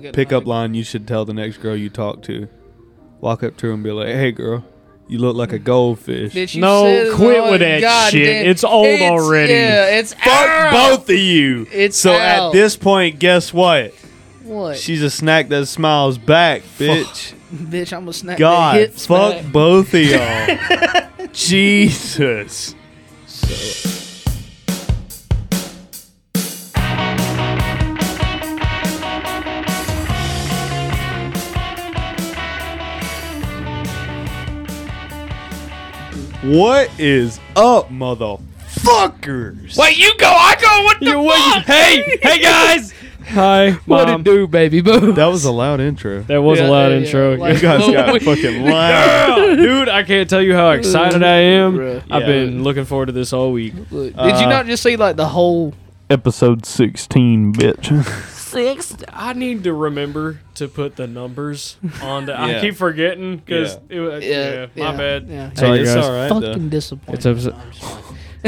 Good pickup luck. line you should tell the next girl you talk to. Walk up to her and be like, "Hey, girl, you look like a goldfish." Bitch, you No, said it quit all with that goddamn- shit. It's old already. Yeah, it's Fuck out. both of you. It's so out. at this point, guess what? What? She's a snack that smiles back, bitch. bitch, I'm gonna snap God, that hips fuck back. both of y'all. Jesus. What is up, motherfuckers? Wait, you go. I go. What the fuck? hey, hey, guys. Hi, What mom. it do, baby boo? That was a loud intro. that was Yeah, a loud yeah, yeah. intro. Like- You guys got Wait. fucking loud. Dude, I can't tell you how excited I am. Bruh. I've Yeah. been looking forward to this all week. Look, did you Uh, not just see like the whole? Episode 16, bitch. Six. I need to remember to put the numbers on the. I Yeah. keep forgetting because yeah. Yeah, my yeah, bad. Yeah. Sorry, Hey, it's guys. all right, though. Fucking disappointing. It's episode.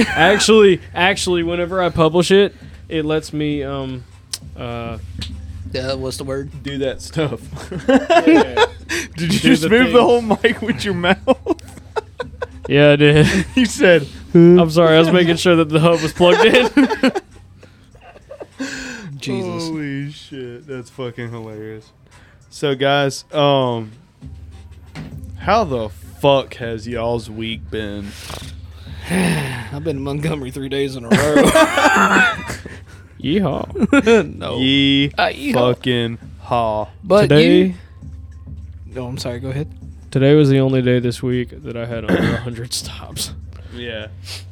actually, actually, whenever I publish it, it lets me um, Uh, uh, what's the word? Do that stuff. yeah, Did you Do just the move thing. the whole mic with your mouth? yeah, I did. you said, I'm sorry. I was making sure that the hub was plugged in. Jesus. Holy shit, that's fucking hilarious. So guys, um how the fuck has y'all's week been? I've been in Montgomery three days in a row. Yeehaw. Oh. no. Ye Uh, you know, fucking ha. but today, you. No, I'm sorry. Go ahead. today was the only day this week that I had under 100 stops. Yeah.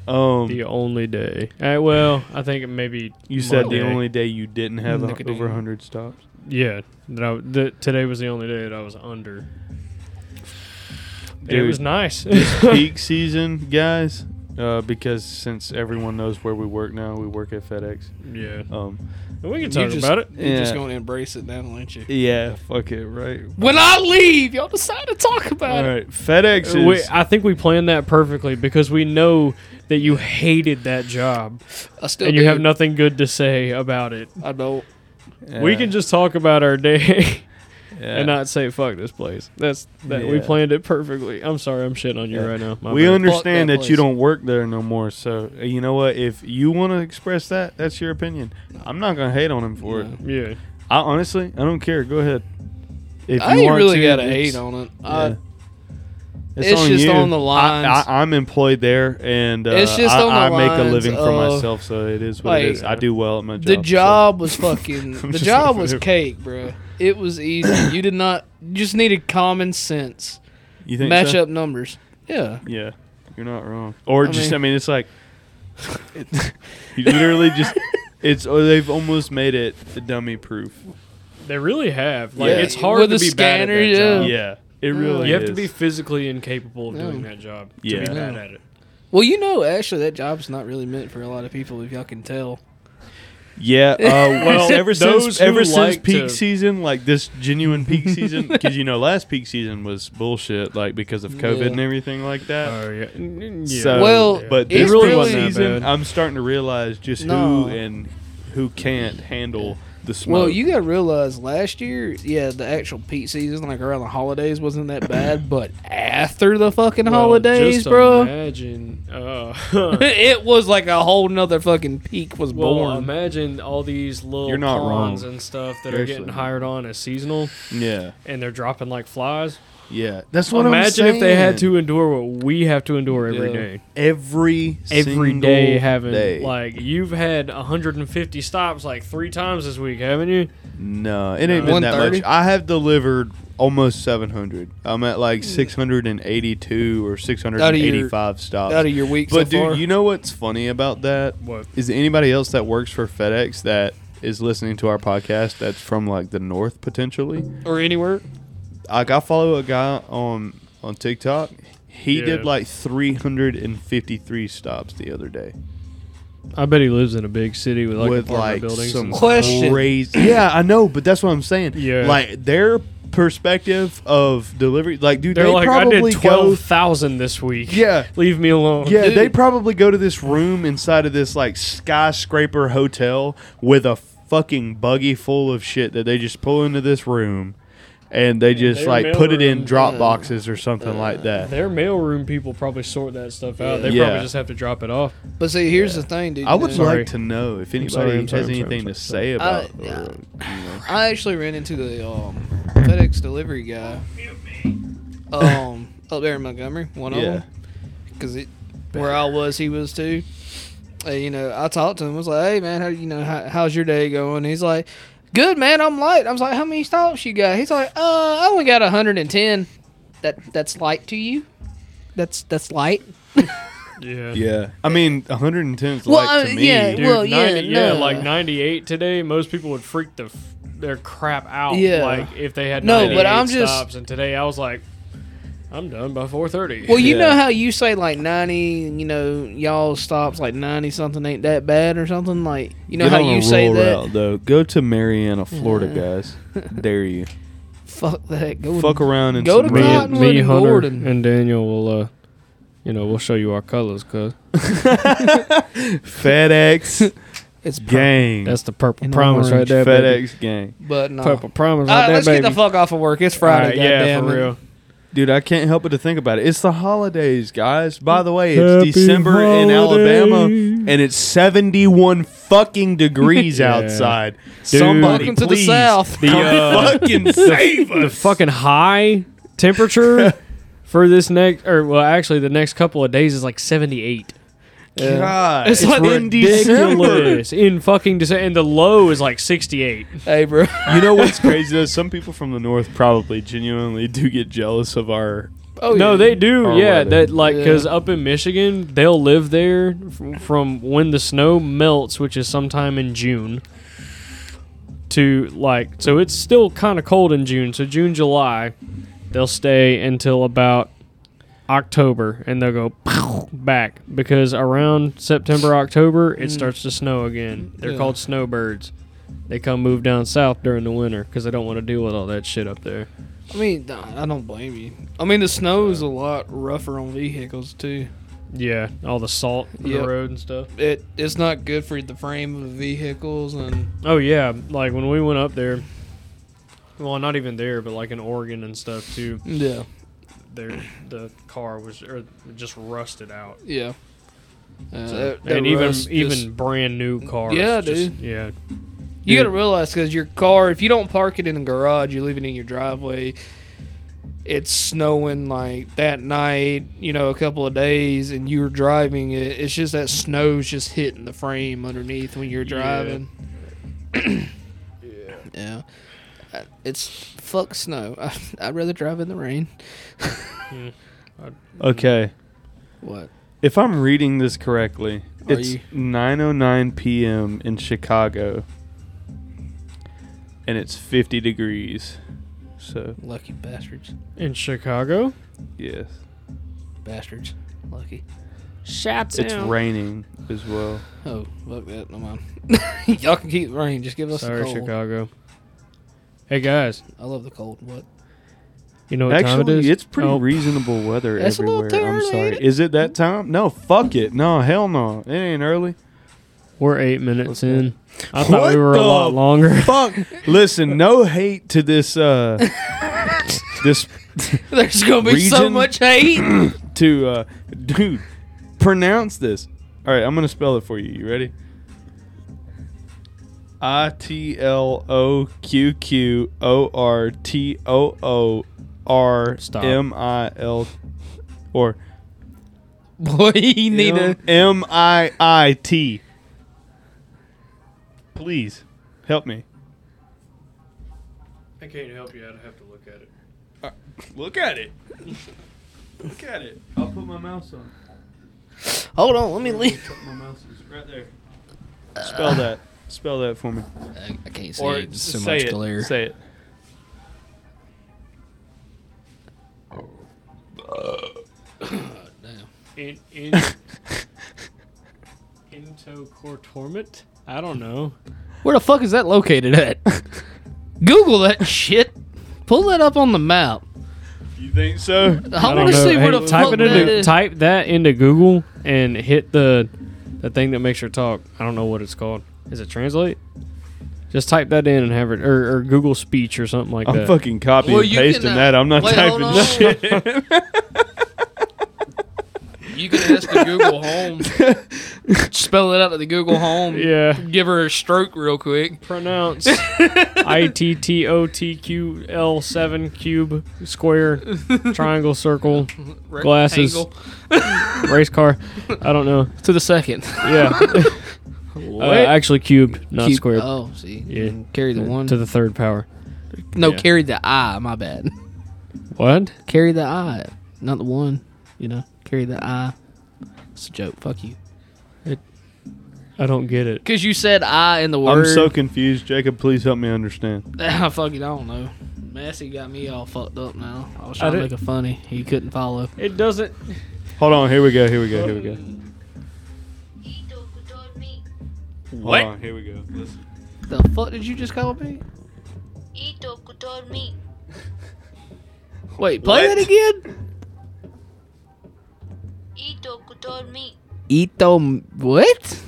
Um The only day. Uh, well, I think maybe you said the Monday. only day you didn't have a, Nicotine. over 100 stops. Yeah, that I, that today was the only day that I was under. it Dude. was nice. Peak season, guys, uh, because since everyone knows where we work now, we work at FedEx. yeah, Um we can You talk just- about it. You're just Yeah. gonna embrace it now, aren't you? yeah, fuck it, right? When I leave, y'all decide to talk All about it. right, FedEx is We, I think we planned that perfectly because we know that you hated that job I still. and you have do. nothing good to say about it. I don't. We Yeah, can just talk about our day yeah. and not say fuck this place. That's that we Yeah. planned it perfectly. I'm sorry, I'm shitting on you Yeah. right now. My we bad. understand that that, you place. don't work there no more. So uh, you know what? If you want to express that, that's your opinion. I'm not gonna hate on him for No. it. yeah. I honestly, I don't care. Go ahead. If I ain't really gotta it's- hate on it. yeah. I, it's just on the lines. I, I, I'm employed there, and uh, It's just I, on the I make a lines living for of, myself, so it is what like, it is. I do well at my job. the so- job was fucking. the just job like, was whatever. cake, bro. It was easy. You did not. You just needed common sense. you think Match so? up numbers. Yeah. Yeah, you're not wrong. Or I just, mean- I mean, it's like you literally just. It's oh, they've almost made it dummy proof. They really have. Like Yeah. it's hard With to the be bad scanner, at that job. Yeah. Yeah, it really. You have to is. be physically incapable of doing Yeah. that job to Yeah. be bad Yeah. at it. Well, you know, actually, that job's not really meant for a lot of people, if y'all can tell. Yeah. Uh, well, ever those since who ever since like peak to- season, like this genuine peak season, because you know last peak season was bullshit, like because of COVID Yeah. and everything like that. Oh yeah. So, Well, but it this really peak wasn't that season, bad. I'm starting to realize just No. who and who can't handle the smoke. Well, you gotta realize last year, yeah, the actual peak season, like around the holidays, wasn't that bad. but after the fucking holidays, just bro, Imagine. Uh, it was like a whole nother fucking peak was well, born. imagine all these little You're not pawns wrong. and stuff that are getting Seriously. hired on as seasonal, yeah, and they're dropping like flies. yeah. That's what I'm imagine if they had saying. to endure what we have to endure every Yeah. day. every Every single day having day. like you've had 150 stops like three times this week, haven't you? No, it ain't been that 130? much. I have delivered almost 700. I'm at like 682 or 685 stops. Out of your week, but so dude, far. you know what's funny about that? What? Is there anybody else that works for FedEx that is listening to our podcast that's from like the north potentially? Or anywhere? Like I follow a guy on on TikTok. He Yeah. did like 353 stops the other day I bet he lives in a big city with like with apartment like buildings. some and stuff. Question. crazy. Yeah, I know, but that's what I'm saying. Yeah. like their perspective of delivery. Like, dude, They're they like, I probably did go. twelve thousand this week. Yeah. leave me alone. Yeah, Dude. they probably go to this room inside of this like skyscraper hotel with a fucking buggy full of shit that they just pull into this room and they just their like put it in mailroom- drop boxes or something Uh, like that. Their mailroom people probably sort that stuff out. They Yeah. probably just have to drop it off. But see, here's the thing, dude. I you would know, sorry. like to know if anybody sorry, I'm sorry, has I'm sorry, anything I'm to sorry, say sorry. about. Uh, or, you know. I actually ran into the um, FedEx delivery guy. Um, up there in Montgomery, one of Yeah. them, because it where I was, he was too. And, you know, I talked to him. Was like, hey man, how you know how, how's your day going? He's like, good man, I'm light. I was like, how many stops you got? He's like, uh, I only got 110. That that's light to you. That's that's light. Yeah. Yeah, I mean, 110 is Well, like uh, to me. yeah. Dude, Well, yeah, 90 yeah, no. like 98 today, most people would freak the f- their crap out. Yeah. Like if they had No, 98 but I'm just- stops, and today I was like, I'm done by 4:30. Well, you Yeah. know how you say like ninety, you know, y'all stops like ninety something ain't that bad or something. Like you know Get how on a you say rural that. route, though. Go to Mariana, Florida, guys. Dare you? Fuck that. Go Fuck around and Go to me, Cottonwood me, and Hunter, Gordon. and Daniel will, uh, you know, we'll show you our colors, cause FedEx It's gang. that's the purple And promise right orange. there, baby. FedEx gang. but no. Purple promise All right right, there, let's baby. get the fuck off of work. It's All Friday. right, yeah, goddamn for it. real. Dude, I can't help but to think about it. It's the holidays, guys. By the way, it's Happy December in Alabama, holidays. and it's seventy-one fucking degrees Yeah. outside. Dude. Somebody, Welcome please, to the South. The, come uh, fucking save the us. fucking high temperature for this next, or well, actually, the next couple of days is like 78. God, It's like in December. ridiculous in fucking December, and the low is like 68. Hey, bro. You know what's crazy though? Some people from the north probably genuinely do get jealous of our. Oh, no, yeah. they do, Or yeah. weather. That like Yeah. because up in Michigan, they'll live there f- from when the snow melts, which is sometime in June, to like so it's still kind of cold in June. So June, July, they'll stay until about October, and they'll go pow, back because around September, October, it starts to snow again. They're Mm. Yeah. called snowbirds. They come move down south during the winter because they don't want to deal with all that shit up there. I mean, nah, I don't blame you. I mean, the snow is a lot rougher on vehicles too. Yeah, all the salt in Yep. the road and stuff. It it's not good for the frame of the vehicles and Oh yeah, like when we went up there. Well, not even there, but like in Oregon and stuff too. yeah, There, the car was or just rusted out, yeah. Uh, So- that- that and even rust just- even brand new cars. Yeah, just- dude. Yeah, You Dude. gotta realize because your car, if you don't park it in the garage, you leave it in your driveway. It's snowing like that night, you know, a couple of days, and you're driving it. It's just that snow's just hitting the frame underneath when you're Yeah. driving. yeah. yeah. It's fuck snow. I, I'd rather drive in the rain. Okay, What? if I'm reading this correctly, Are it's you- 9:09 p.m. in Chicago, and it's 50 degrees. So Lucky bastards. in Chicago. yes, Bastards. Lucky. Shots it's raining as well. Oh, fuck that. No mind. Y'all can keep the rain. Just give us Sorry, the cold. Chicago. Hey guys, I love the cold. What? you know what time it Actually, is? it's pretty Oh, reasonable weather That's a little everywhere. too I'm early, sorry. ain't it? Is it that time? No, fuck it. No, hell no. It ain't early. We're eight minutes What's in. I thought What we were the a lot longer. Fuck. Listen, no hate to this. uh This There's gonna be so Region? much hate. to uh dude. Pronounce this. All right, I'm gonna spell it for you. You ready? I T L O Q Q O R T O O R Stop. M I L or Boy, you need to. M I I T. Please help me. I can't help you. I'd have to look at it. Look at it. Look at it. I'll put my mouse on. Hold on, let me leave. My mouse is right there. Spell that. Spell that for me. Uh, I, I can't see Or it. It's so say much it. glare. Say it. Oh. In, in, Intocortormit? I don't know. Where the fuck is that located at? Google that shit. Pull that up on the map. You think I, so? I want don't to know. see where Hey, the type fuck it that into, is. Type that into Google and hit the the thing that makes her talk. I don't know what it's called. Is it translate? Just type that in and have it, or, or Google Speech or something like I'm that. fucking copying Well, and you can, pasting uh, that. I'm not wait, hold typing on. shit. You can ask the Google Home. Spell it out to the Google Home. yeah. Give her a stroke real quick. Pronounce I T T O T Q L seven cube square triangle circle Glasses. Rectangle. race car. I don't know. To the second. Yeah. Uh, actually cubed, not Keep- square. uh, Oh, see. Yeah. Carry the one. To the third power. no, yeah. carry the I. My bad. What? Carry the I. Not the one. You know, carry the I. It's a joke. Fuck you. I don't get it. Because you said I in the word. I'm so confused. Jacob, please help me understand. Ah, fuck it, I don't know. Massey got me all fucked up now. I was I trying to did- make a funny. He couldn't follow. It doesn't. Hold on. Here we go. Here we go. Here we go. What? Hold on. Here we go. Listen. The fuck did you just call me? Wait, play What? that again? Ito, m- what?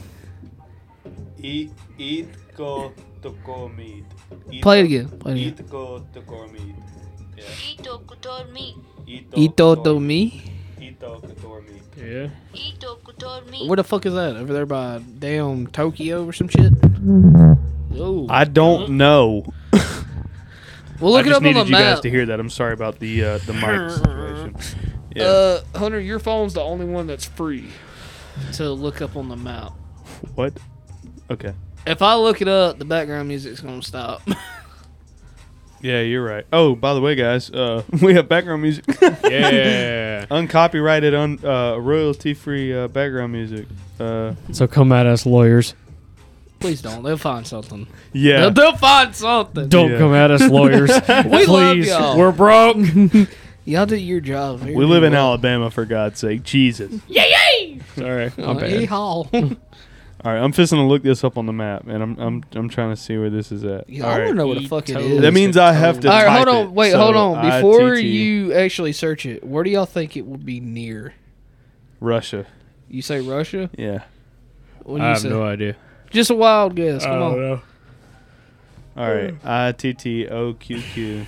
Eat, eat, go, to go meat. Play it again. Play it again. go, to go meat. Ito do me? Ito, Kotor meat. Yeah. Where the fuck is that? Over there by damn Tokyo or some shit? Oh. I don't know. Well, look I it just up on needed the you guys map. to hear that. I'm sorry about the uh, the mic situation. Yeah. Uh, Hunter, your phone's the only one that's free. To look up on the map. what? Okay. If I look it up, the background music's gonna stop. Yeah, you're right. Oh, by the way, guys, uh, we have background music, Yeah. uncopyrighted, un, uh, royalty-free uh, background music. Uh, so come at us, lawyers. Please don't. They'll find something. yeah. They'll, they'll find something. Don't Yeah. come at us, lawyers. We love Please. y'all. We're broke. Y'all do your job. We live in Alabama, for God's sake. Jesus. Sorry. Uh, My bad. Yeehaw. All right, I'm fixing to look this up on the map, and I'm I'm, I'm trying to see where this is at. Yeah, All I right. wanna know what the fuck it Ito. is. That means I have to. All right, type hold on. it. Wait, So, hold on. Before ITT, you actually search it, where do y'all think it would be near? Russia. You say Russia? Yeah. When you I have say, no idea. just a wild guess. Uh, Come on. know. All right. Mm. I T T O Q Q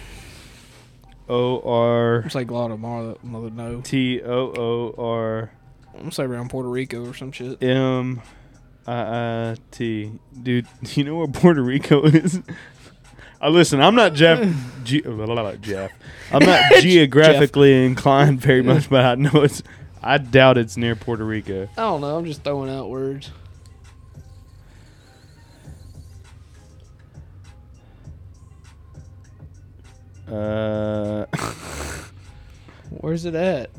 O R I'm say Guatemala, mother no. T O O R I'm say around Puerto Rico or some shit. M I I T. Dude, do you know where Puerto Rico is? Uh, listen, I'm not Jeff. Ge- blah, blah, blah, Jeff. I'm not geographically inclined very much, but I know it's. I doubt it's near Puerto Rico. I don't know. I'm just throwing out words. Uh, Where's it at?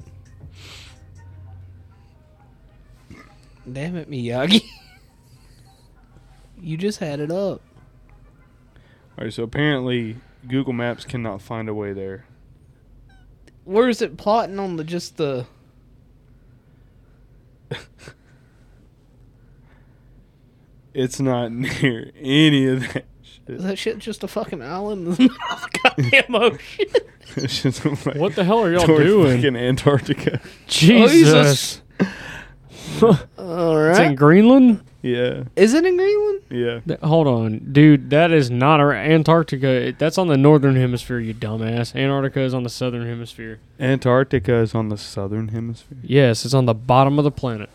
Damn it, Miyagi. you just had it up. all right, so apparently Google Maps cannot find a way there. Where is it plotting on the just the It's not near any of that shit. is that shit just a fucking island in the middle of the goddamn ocean? It's just like What the hell are y'all towards doing? fucking Antarctica. Oh, Jesus. All It's in right. Greenland? Yeah, Is it in Greenland? yeah. Th- Hold on, dude. That is not our Antarctica. It- That's on the northern hemisphere, you dumbass. Antarctica is on the southern hemisphere. Antarctica is on the southern hemisphere, Yes, it's on the bottom of the planet.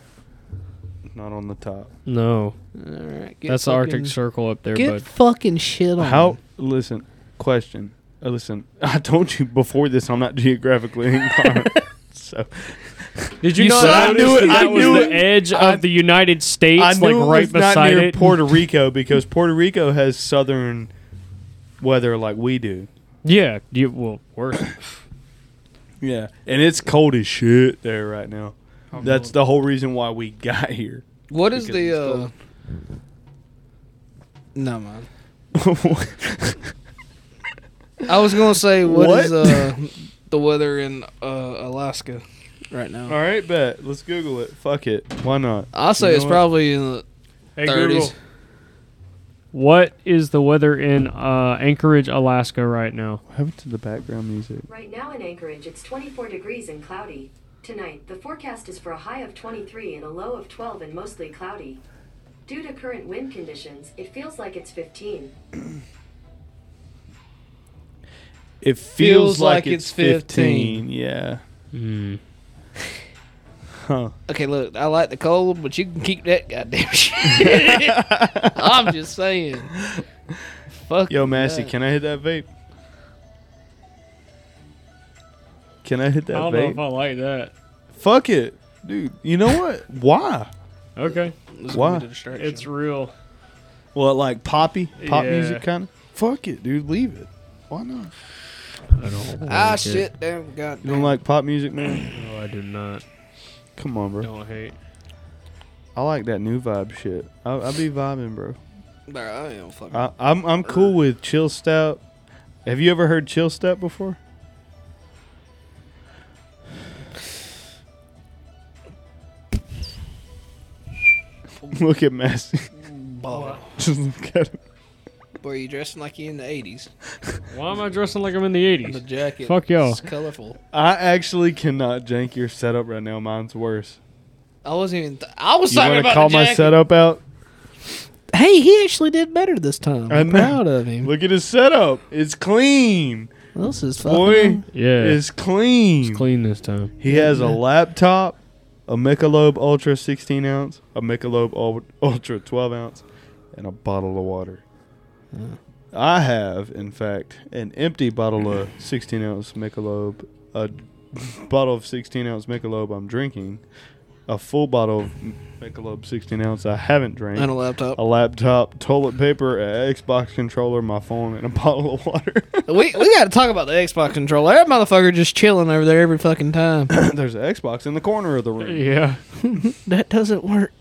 not on the top. No, All right. get that's the Arctic fucking- Circle up there, Get bud. fucking shit on. How? Listen, question. Uh, listen, I told you before this. I'm not geographically inclined. so Did you, You not said I notice knew it, that, I that was knew the it. edge I- of the United States, I like knew right it was not beside near it? Puerto Rico because Puerto Rico has southern weather like we do. yeah, you, well, worse. Yeah, and it's cold as shit there right now. That's the whole reason why we got here. What is Because the? it's uh cold. No man. What? I was gonna say What? what is uh the weather in uh Alaska right now? All right, bet. Let's Google it. Fuck it. Why not? I'll say You know it's what? probably in the hey, 30s. What is the weather in uh, Anchorage, Alaska, right now? What happened to the background music? Right now in Anchorage, it's 24 degrees and cloudy. Tonight, the forecast is for a high of 23 and a low of 12 and mostly cloudy. Due to current wind conditions, it feels like it's 15. It feels, like, it's 15. Yeah. Hmm. Huh. Okay, look, I like the cold, but you can keep that goddamn shit. I'm just saying. Fuck. Yo, Massey, that. can I hit that vape? Can I hit that I don't know vape? if I like that. Fuck it. Dude, you know what? Why? Okay, It's gonna Why? be the distraction. it's real. Well, like poppy, pop Yeah. music kind of. Fuck it, dude. Leave it. Why not? I don't. ah like it. shit, damn goddamn. You don't like pop music, man? No, I do not. Come on, bro. Don't hate. I like that new vibe shit. I, I be vibing, bro. Bro, I am fucking. I, I'm I'm cool with chill stout. Have you ever heard chill stout before? look at Massey. baller. Just look at him. Boy, you dressing like you in the '80s. Why am I dressing like I'm in the And the '80s? jacket. Fuck y'all. It's colorful. I actually cannot jank your setup right now. Mine's worse. I wasn't even. Th- I was You talking want to about call the my jacket. setup out? Hey, he actually did better this time. I I'm know. proud of him. Look at his setup. It's clean. This is Boy, fucking. Yeah, it's it's clean. clean this time. He has a laptop, a Michelob Ultra 16 ounce, a Michelob Ul- Ultra 12 ounce, and a bottle of water. I have, in fact, an empty bottle of 16 ounce Michelob, a bottle of 16 ounce Michelob I'm drinking, a full bottle of Michelob 16 ounce I haven't drank, and a laptop. a laptop, toilet paper, an Xbox controller, my phone, and a bottle of water. we we got to talk about the Xbox controller. That motherfucker just chilling over there every fucking time. There's an Xbox in the corner of the room. Yeah, That doesn't work.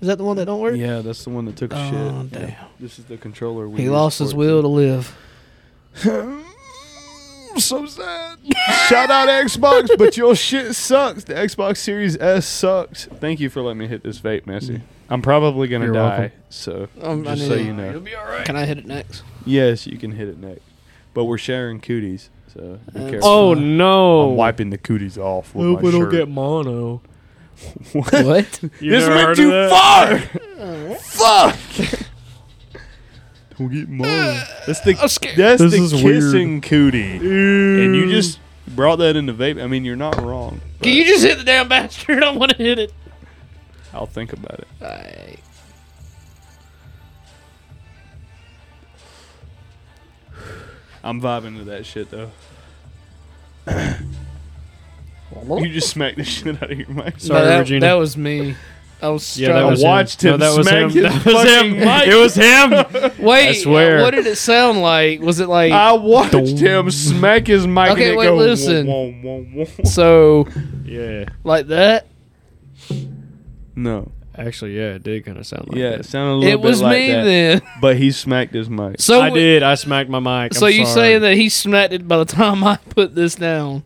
Is that the one that don't work? Yeah, that's the one that took a Oh, shit. damn. This is the controller. We He use lost for his it. will to live. so sad. Shout out Xbox, but your shit sucks. The Xbox Series S sucks. Thank you for letting me hit this vape, Messi. I'm probably gonna Mm. You're die. welcome. So Um, I just knew so that. you know, Can I hit it next? yes, you can hit it next, but we're sharing cooties, so be That's- careful. Oh no! I'm wiping the cooties off with Hope my we don't shirt. get mono. what? You this never went heard too of that? far. Fuck. Don't get mine. That's the I'm scared. that's This the is weird. kissing cootie, and Mm. you just brought that into vape. I mean, you're not wrong. Can you just hit the damn bastard? I want to hit it. I'll think about it. Alright. I'm vibing to that shit though. Oh. you just smacked the shit out of your mic. Sorry, No, that, Regina. that was me. I was yeah, that was struggling. I watched him. him No, that was smack him. his That was fucking him. mic. It was him. Wait, uh, I swear. what did it sound like? Was it like I watched him smack his mic. Okay, and it wait, go, listen. "Whoa, whoa, whoa, whoa." so yeah, like that? No, actually, yeah, it did kind of sound like yeah, that. it sounded a little It bit was like me that. then. But he smacked his mic. So I w- did. I smacked my mic. So I'm you sorry. saying that he smacked it by the time I put this down?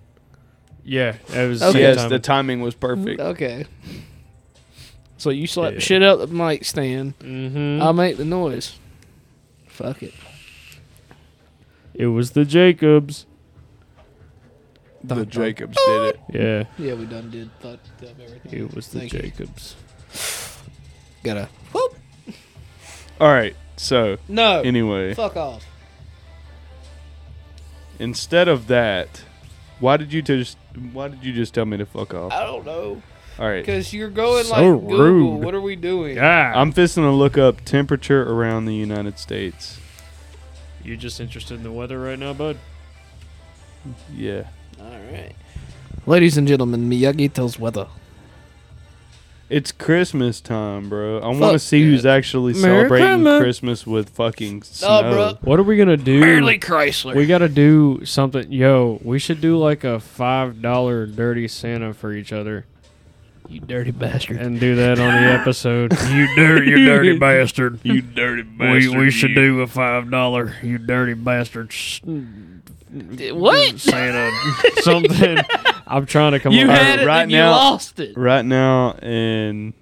Yeah, it was. Okay. Yes, yeah, the timing was perfect. Okay. So you slap Yeah. the shit out the mic stand. hmm I make the noise. Fuck it. it was the Jacobs. The Jacobs did it. Yeah, Yeah, we done did fucked up everything. it was the Thank you. Jacobs. Gotta. Whoop. All right. So No. anyway, Fuck off. instead of that, why did you just why did you just tell me to fuck off? I don't know. All right. Because you're going So like Google. rude. What are we doing? Yeah, I'm fisting to look up temperature around the United States. you just interested in the weather right now, bud? Yeah. All right. Ladies and gentlemen, Miyagi tells weather. It's Christmas time, bro. I want to see yeah. who's actually Merry celebrating Christmas. Christmas with fucking snow. Oh, bro. What are we gonna do? Barely Chrysler. We gotta do something. Yo, we should do like a five dollar dirty Santa for each other you dirty bastard. and do that on the episode. you dirty, you dirty bastard. You dirty We, bastard. we should do a five dollar. You dirty bastard. s- What? Santa. something. I'm trying to come You up with- had it right and now- you lost it. right now and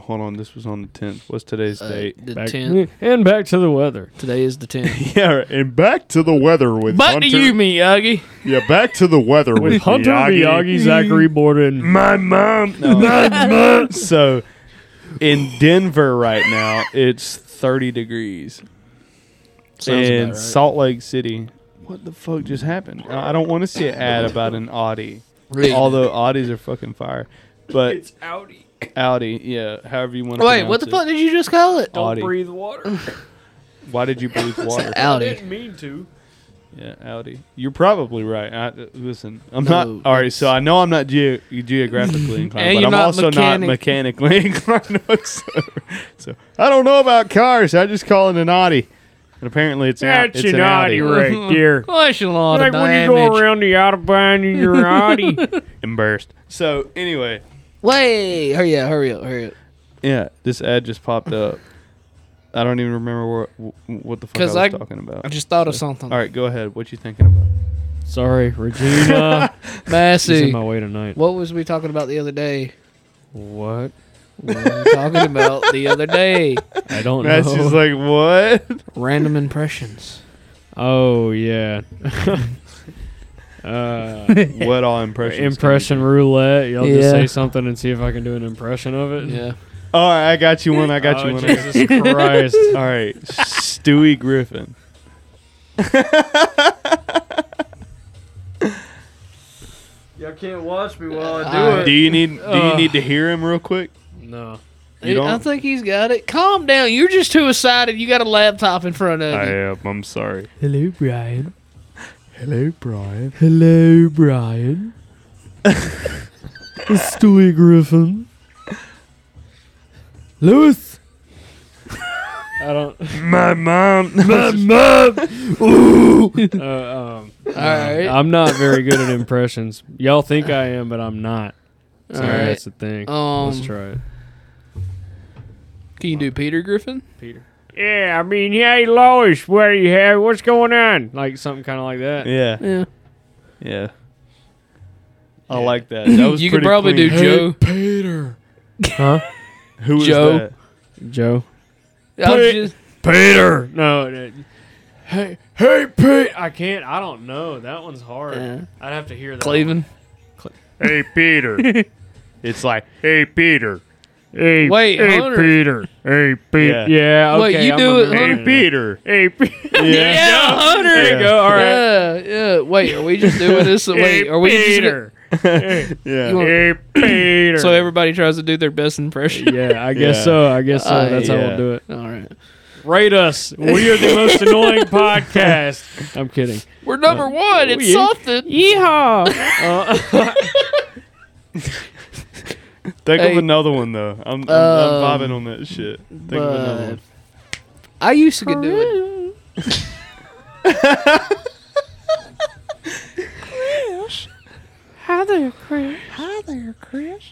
hold on. This was on the 10th. What's today's Uh, date? The Back- 10th. And back to the weather. Today is the 10th. Yeah, right. and back to the weather with Back to you, Miyagi. Yeah, back to the weather With Mm. Hunter Miyagi, Zachary Borden. My mom. No. so in Denver right now, it's 30 degrees. Sounds in about right. Salt Lake City, what the fuck just happened? I I don't want to see an ad about an Audi, although Audis are fucking fire. But it's Audi. Audi, yeah. However you want. to Wait, what the fuck did you just call it? Audi. breathe water. Why did you breathe water? Audi. mean to. Yeah, Audi. You're probably right. I, uh, listen, I'm No, not. All right, so I know I'm not ge- geographically inclined, And but you're I'm not also not mechanic. mechanically inclined whatsoever. So I don't know about cars. I just call it an Audi, and apparently it's, out, That's it's an Audi right there. Gosh, a lot Like of when you go damage. around the Autobahn in your Audi. Embarrassed. So anyway, Wait, hurry up, hurry up, hurry up. yeah, this ad just popped up. I don't even remember what what the fuck I 'Cause was I- talking about. I just thought of something. all right, go ahead. What you thinking about? Sorry, Regina. She's in Massey, my way tonight. what was we talking about the other day? What What? were we talking about the other day? I don't know. That's just like what? Random impressions. oh yeah. uh, what all impressions? can you impression roulette. Y'all just Yeah. say something and see if I can do an impression of it. Yeah. All right, I got you one. I got Oh, you one. Jesus Christ. All right, Stewie Griffin. Y'all can't watch me while I do it. Do you need Do you Ugh. need to hear him real quick? No. You don't. I think he's got it. Calm down. You're just too excited. You got a laptop in front of you. am. I'm sorry. Hello, Brian. Hello, Brian. Hello, Brian. it's Stewie Griffin. Lewis. I don't. My mom. Uh, um, All right. I'm not very good at impressions. Y'all think I am, but I'm not. So All right. that's the thing. Let's Um, try it. Can you do Peter Griffin? Peter. Yeah, I mean, hey, Lois, what are you have? What's going on? Like something kind of like that. yeah, Yeah. yeah. I like that. That was You could pretty probably clean. do Joe. Peter. Huh? Who was Joe. that? Joe. I was Put- just- Peter. No. it- Hey, hey, Pete. I can't. I don't know. That one's hard. Yeah. I'd have to hear that. Cleveland. Hey, Peter. It's like hey, Peter. Hey, Wait, hey, Hunter. Peter. Hey, Peter. yeah, Yeah. Wait, Okay. you I'm do it, remembering Hey, Peter. Hey, Peter. Yeah. Hunter. There you go. All right. Yeah, yeah. Wait, are we just doing this? Wait, are we just gonna- Peter. Yeah. You want- Hey, Peter. so everybody tries to do their best impression? Yeah, I guess Yeah. so. I guess so. Uh, That's how yeah. we'll do it. All right. Rate us. We are the most annoying podcast. I'm kidding. We're number one. It's yeah. something. Yeehaw! Uh, Think of Hey. another one though. I'm, I'm, I'm Um, vibing on that shit. Think of another But one. I used to get do it. Hi there, Chris. Hi there, Chris.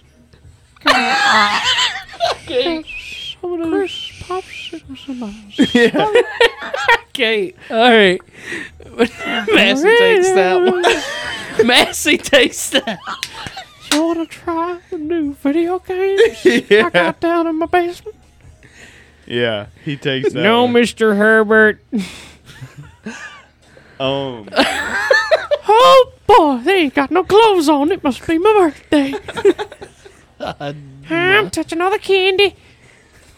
Some of those popsicles in my Okay. All right. Massey takes that one. Massey takes that. You wanna try the new video games I yeah. got down in my basement? yeah, he takes that. no, one. Mr. Herbert. Um, Oh boy, they ain't got no gloves on. It must be my birthday. I'm touching all the candy.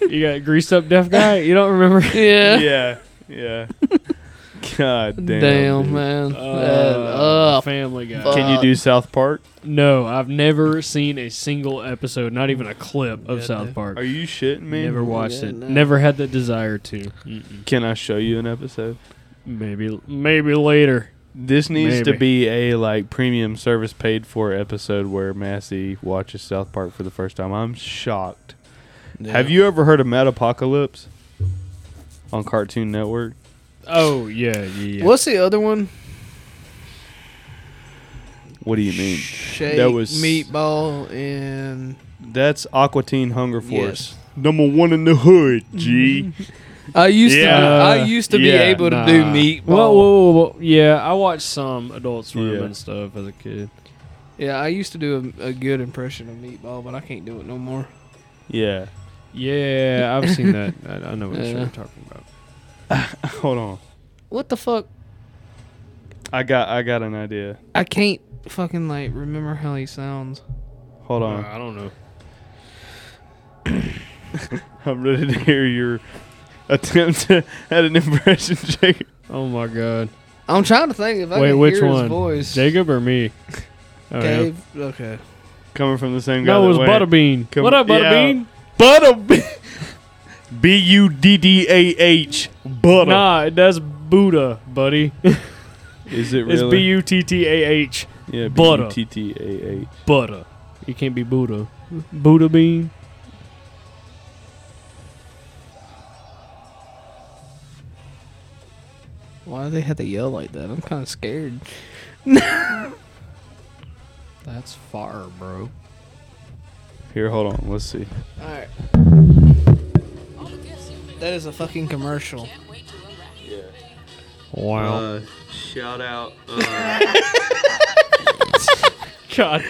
You got greased up deaf guy. You don't remember? Yeah. yeah, yeah. God damn. Damn, dude. man. Uh, Uh, uh, family Guy. fuck. Can you do South Park? No, I've never seen a single episode, not even a clip of South Park. Are you shitting me? Never watched Yeah, it. no. Never had the desire to. Can I show you an episode? Maybe, maybe later. This needs to Maybe. be a like premium service paid for episode where Massey watches South Park for the first time. I'm shocked. Have you ever heard of Mad Apocalypse on Cartoon Network? Oh yeah, yeah. yeah. What's the other one? What do you mean? Shake, That was- meatball and That's Aqua Teen Hunger Force. Yes. Number one in the hood, G. I used Yeah. to I used to Yeah, be able to do Nah. meatball. Whoa, whoa, whoa, whoa. Yeah, I watched some Adult Swim Yeah. and stuff as a kid. Yeah, I used to do a, a good impression of meatball, but I can't do it no more. yeah. Yeah, I've seen that. I, I know what Yeah. you're talking about. Hold on. What the fuck? I got I got an idea. I can't fucking like remember how he sounds. Hold on. I don't know. I'm ready to hear your attempt at an impression, Jacob. Oh my god. I'm trying to think if I Wait, can which hear one? his voice. Jacob or me? Oh, yeah. Dave. Okay. Coming from the same guy. That was went- Butterbean. Come- what up, Yeah. Butterbean? Butterbean. B U D D A H. Butter. Nah, that's Buddha, buddy. Is it It's B U T T A H. yeah, butter. T T A H. Buddha. You can't be Buddha. Buddha bean. Why do they have to yell like that? I'm kind of scared. That's far, bro. Here, hold on. Let's see. All right. That is a fucking commercial. Wow. Uh, shout out. uh, God.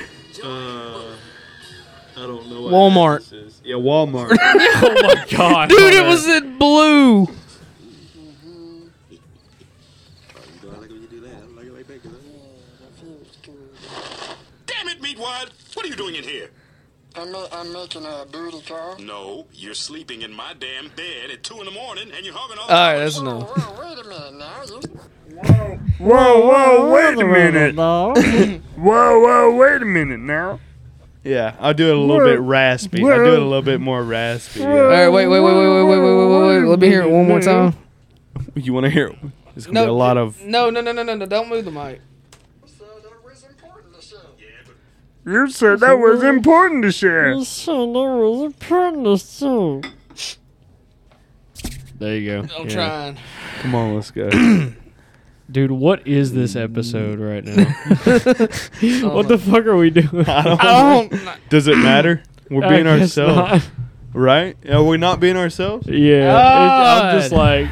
I don't know. Walmart. this Yeah, Walmart. Oh my god. Dude, it was in blue. Damn it, Meatwad! What are you doing in here? I'm, ma- I'm making a booty call. No, you're sleeping in my damn bed at 2 in the morning and you're hogging off. All right, that's enough. Whoa, wait a minute now. You, whoa, whoa, wait a minute. whoa, whoa, wait a minute now. Yeah, I'll do it a little bit raspy. I'll do it a little bit more raspy. All yeah. right, wait, wait, wait, wait, wait, wait, wait, wait, wait. Let me hear it one more time. You want to hear? There's gonna No, be a lot of. No, no, no, no, no, no. Don't move the mic. so that was important to show. You said that was important to share. So there was a pregnancy. So There you go. I'm Yeah. trying. Come on, let's go. Dude, what is this episode right now? what the fuck are we doing? I don't. Does it matter? We're I being guess ourselves, not. right? Are we not being ourselves? Yeah. it- I'm just like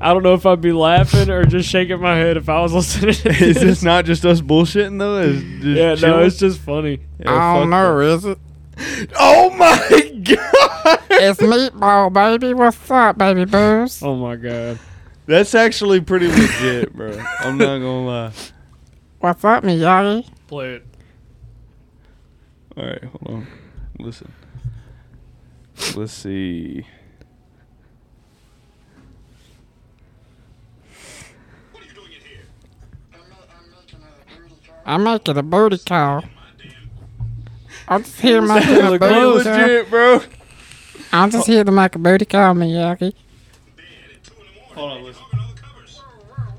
I don't know if I'd be laughing or just shaking my head if I was listening to Is this. this not just us bullshitting though? Is just yeah, no, chilling? it's just funny. Yeah, fuck that. is it? Oh my god! it's meatball, baby. What's up, baby booze? Oh my god. That's actually pretty legit, bro. I'm not gonna lie. What's up, me yoggy? Play it. All right, hold on. Listen. Let's see. What are you doing in here? I'm, ma- I'm making a booty call. I'm making a booty call. I'm just here making Pretty a booty call. legit, bro. I'm just here to make a booty call, me yoggy. Bed at 2 in the morning. Hold on, listen. Hogging all the covers.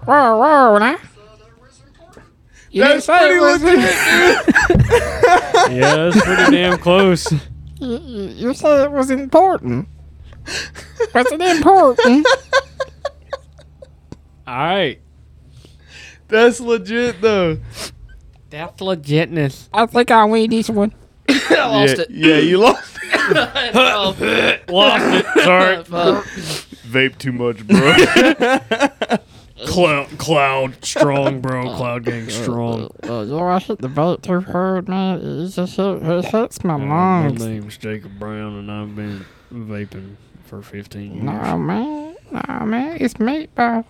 Whoa, whoa, now. So that was important. You That's didn't say pretty it was legit, dude. Yeah, that's pretty damn close. You, you you said it was important. was it important? All right. That's legit though. That's legitness. I think I'll win this one. I lost yeah, it. yeah, you lost. Lost it. Sorry. Vape too much, bro. Cloud, cloud, strong, bro. Cloud gang, strong. Uh, you know, I hit the boat too hard, man. It just hit, it hits Uh, my My lungs. name's Jacob Brown, and I've been vaping for 15 years. No, man. No, man. It's meatball. All right,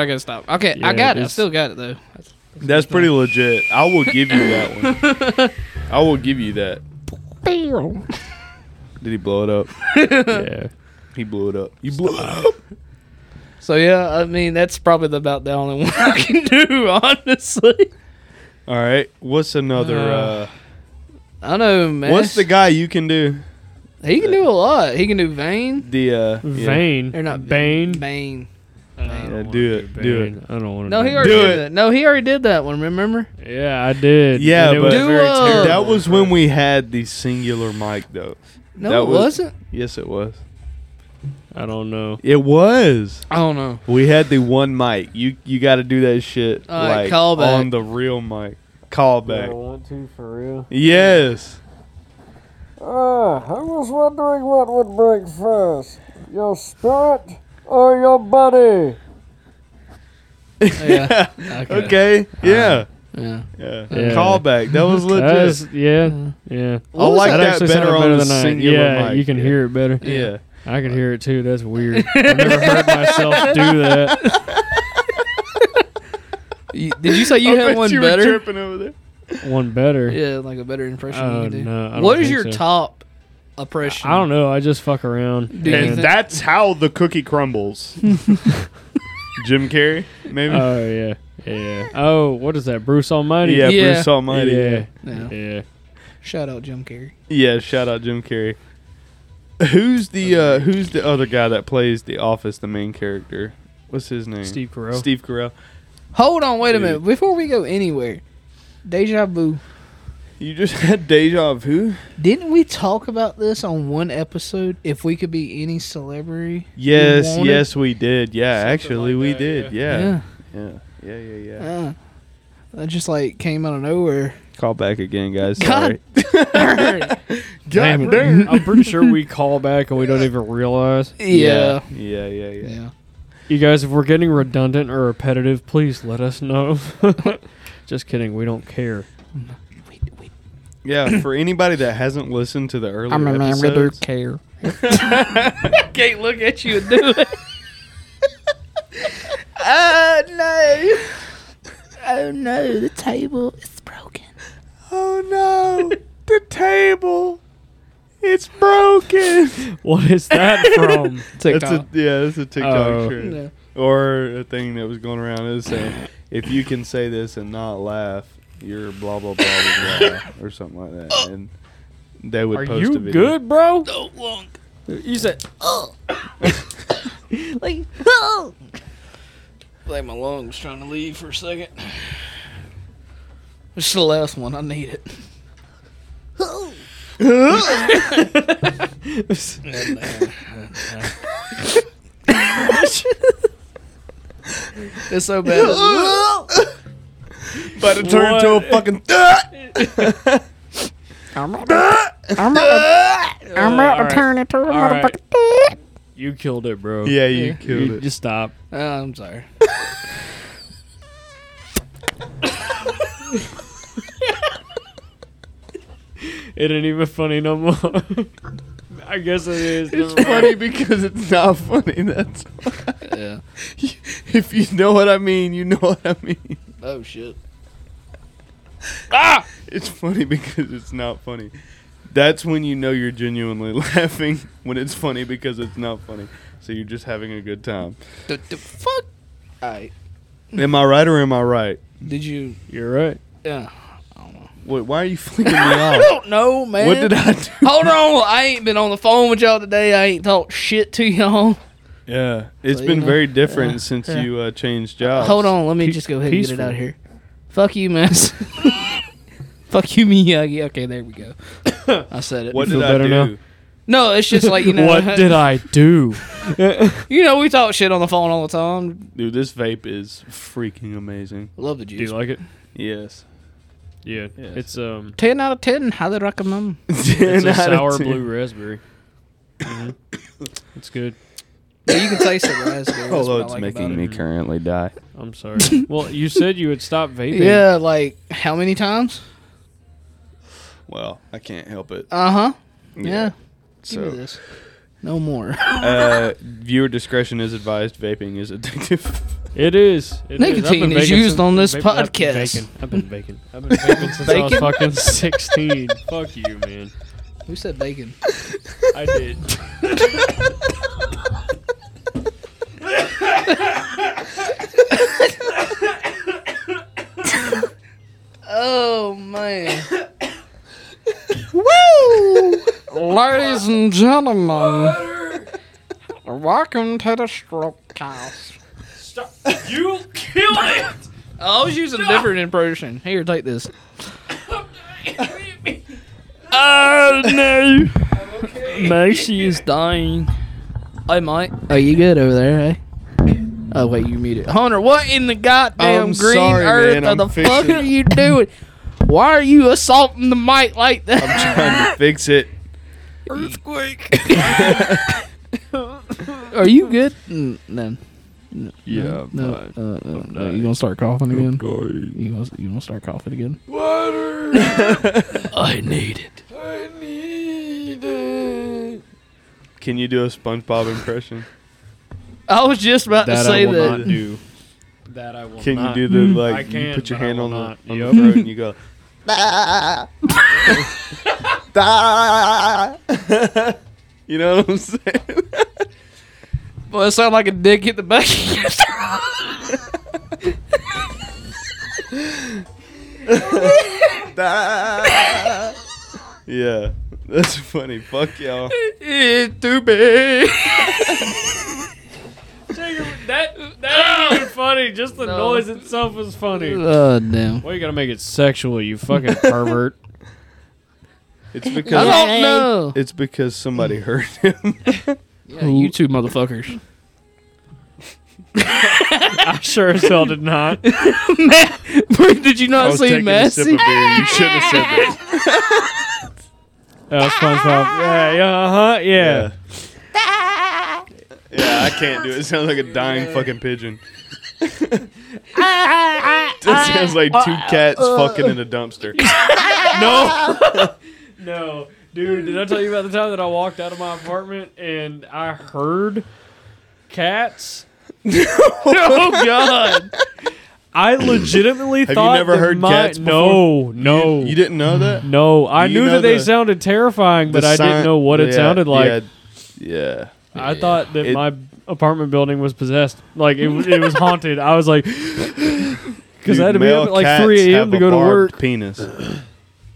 I gotta stop. Okay, Yeah, I got it. I it's- still got it though. That's pretty legit. I will give you that one. I will give you that. Bill. Did he blow it up? Yeah. He blew it up. You blew it up. So yeah, I mean that's probably about the only one I can do, honestly. All right. What's another? Uh, I know, man. what's the guy you can do? He can do a lot. He can do Vane. The uh, yeah. Vane. They're not Bane. Bane. Yeah, do it. Do it. I don't want to. No, he do already Do it. did that. No, he already did that one. Remember? it. Yeah, I did. Yeah, And it but was Do very a- terrible. that was when we had the singular mic, though. No, That it was- was, not Yes, it was. I don't know. It was. I don't know. We had the one mic. You you got to do that shit Uh, All right, like call back. on the real mic. Call back. want to for real. Yes. Uh, I was wondering what would break first. Your spirit or your body? Yeah. Okay. Yeah. Yeah. yeah. Yeah. Call back. That was legit. That's, yeah, yeah. I like That that, actually better sounded on better the than I. singular yeah, mic. you can yeah. hear it better. Yeah. I can hear it too. That's weird. I've never heard myself do that. You- did you say you had one better? over there. One better. Yeah, like a better impression. Oh, you can do. no, I don't what is think your so. top oppression. I don't know. I just fuck around. Do you and thi- that's how the cookie crumbles. Jim Carrey, maybe. Oh yeah, yeah. Oh, what is that? Bruce Almighty. yeah, yeah. Bruce Almighty. yeah, Yeah. Yeah. yeah. shout out Jim Carrey. yeah, shout out Jim Carrey. Who's the uh, Who's the other guy that plays The Office, the main character? What's his name? Steve Carell. Steve Carell. Hold on, wait a Dude. minute. Before we go anywhere, deja vu. You just had deja vu. Didn't we talk about this on one episode? If we could be any celebrity, Yes, wanted- yes, we did. Yeah, Something actually, like we that, did. Yeah. Yeah. yeah, yeah, yeah, Uh, that just like came out of nowhere. Call back again, guys. God Sorry. yeah. Damn, damn. I'm pretty sure we call back and we don't even realize. yeah, yeah, yeah, yeah. You guys, if we're getting redundant or repetitive, please let us know. Just kidding. We don't care. Yeah, for anybody that hasn't listened to the earlier I'm a man with episodes, care. Can't look at you and do it. uh, no. Oh no, the table is broken. oh no, the table, it's broken. What is that from? That's a, yeah, that's a TikTok Oh. trend. or a thing that was going around is saying, if you can say this and not laugh, you're blah blah blah blah, blah or something like that, and they would Are post a you video. good, bro? So long. You said Like, like my lungs trying to leave for a second. This is the last one. I need it. it's so bad. About to turn into a fucking. Th- I'm about, I'm about to turn into a All right. motherfucker. you killed it, bro. yeah, you killed You it. just stop. Uh, I'm sorry. It ain't even funny no more. I guess it is. Never It's mind. funny because it's not funny. That's Yeah. if you know what I mean, you know what I mean. Oh shit. It's funny because it's not funny. That's when you know you're genuinely laughing when it's funny because it's not funny. So you're just having a good time. The, the fuck. Alright. Am I right or am I right? Did you? You're right. Yeah. Wait, why are you flinging me I off? don't know, man. What did I do? Hold on, I ain't been on the phone with y'all today. I ain't talked shit to y'all. Yeah, it's So, you been know, very different since yeah. you uh, changed jobs. Hold on, let me Oh, Pe- just go ahead and get it peaceful. out of here. Fuck you, mess. Fuck you, Miyagi. Okay, there we go. I said it. What You feel did I better do? now? No, it's just like you know. what did I do? You know, we talk shit on the phone all the time. Dude, this vape is freaking amazing. Love the Do you juice. like it? Yes. Yeah. It's um. Ten out of ten. Highly recommend. It's a Out of sour ten. blue raspberry. Mhm. It's good. Yeah, you can taste the raspberry. That's Although what I Oh, it's like making about me it. currently die. I'm sorry. well, you said you would stop vaping. Yeah, like how many times? Well, I can't help it. Uh huh. Yeah. Yeah. Give me So, this. No more. uh, viewer discretion is advised. Vaping is addictive. It is. It I've Nicotine been is vaping used since- on this vaping- I've been podcast. vaping. I've been vaping. I've been vaping since I was fucking 16. Fuck you, man. Who said bacon? I did. Oh man. Woo! Ladies and gentlemen, welcome to the stroke house. You killed it. I was using a different impression. Here, take this. oh no! Macy is dying. Hey, Mike. Are you good over there? Hey. Oh wait, you muted. Hunter, what in the goddamn I'm green sorry, earth man, of I'm the fuck fixing- are you doing? Why are you assaulting the mic like that? I'm trying to fix it. Earthquake. Are you good? Mm, no. Yeah. No. Uh, uh, no. You gonna start coughing again? You gonna you gonna start coughing again? I need it. Can you do a SpongeBob impression? I was just about to That say I will that. not do. That I will Can not. you do the like? I you can, put your but I hand will on the, not. on Yup. the throat and you go. you know what I'm saying? Well, it sounded like a dick hit the back. yeah, that's funny. Fuck y'all. it's too big. That that ain't even funny. Just the noise itself is funny. Oh damn. Why you gotta make it sexual, you fucking pervert? It's I because don't know. it's because somebody hurt him. Yeah, you two motherfuckers. I sure as hell did not. Did you I not was see taking a sip Messi? of beer. You shouldn't have said that. Uh, SpongeBob. Yeah, yeah, uh-huh, yeah. Yeah. Yeah, I can't do it. It sounds like a dying fucking pigeon. that sounds like two cats fucking in a dumpster. No. no. Dude, did I tell you about the time that I walked out of my apartment and I heard cats? oh god. I legitimately you thought never that heard my- cats No, no. You didn't know that? no, I you knew know that they the- sounded terrifying, but The I didn't sign- know what it yeah, sounded like. Yeah. I thought that It- my apartment building was possessed. Like it, it was haunted. I was like, because I had to be up at like 3 a.m. to go to work. Penis.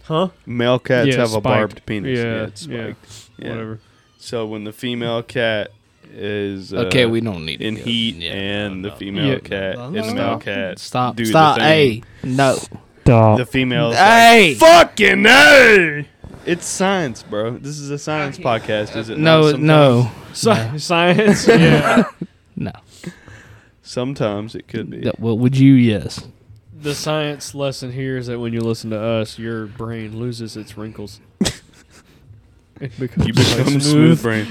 Huh? Male cats Yeah, have a spiked. barbed penis. Yeah, Yeah, it's yeah, spiked. Yeah. Whatever. So when the female cat is uh, Okay, we don't need in to go- heat yeah, and the female Yeah. cat and the Stop. male cat Stop. do Stop. the thing. Hey, no. The female. Hey. fucking hey! It's science, bro. This is a science podcast, is it? No, not? no, Sci- Science. Yeah. no. Sometimes it could be. Yeah, Well, would you? Yes. the science lesson here is that when you listen to us, your brain loses its wrinkles. It becomes You become smooth brain,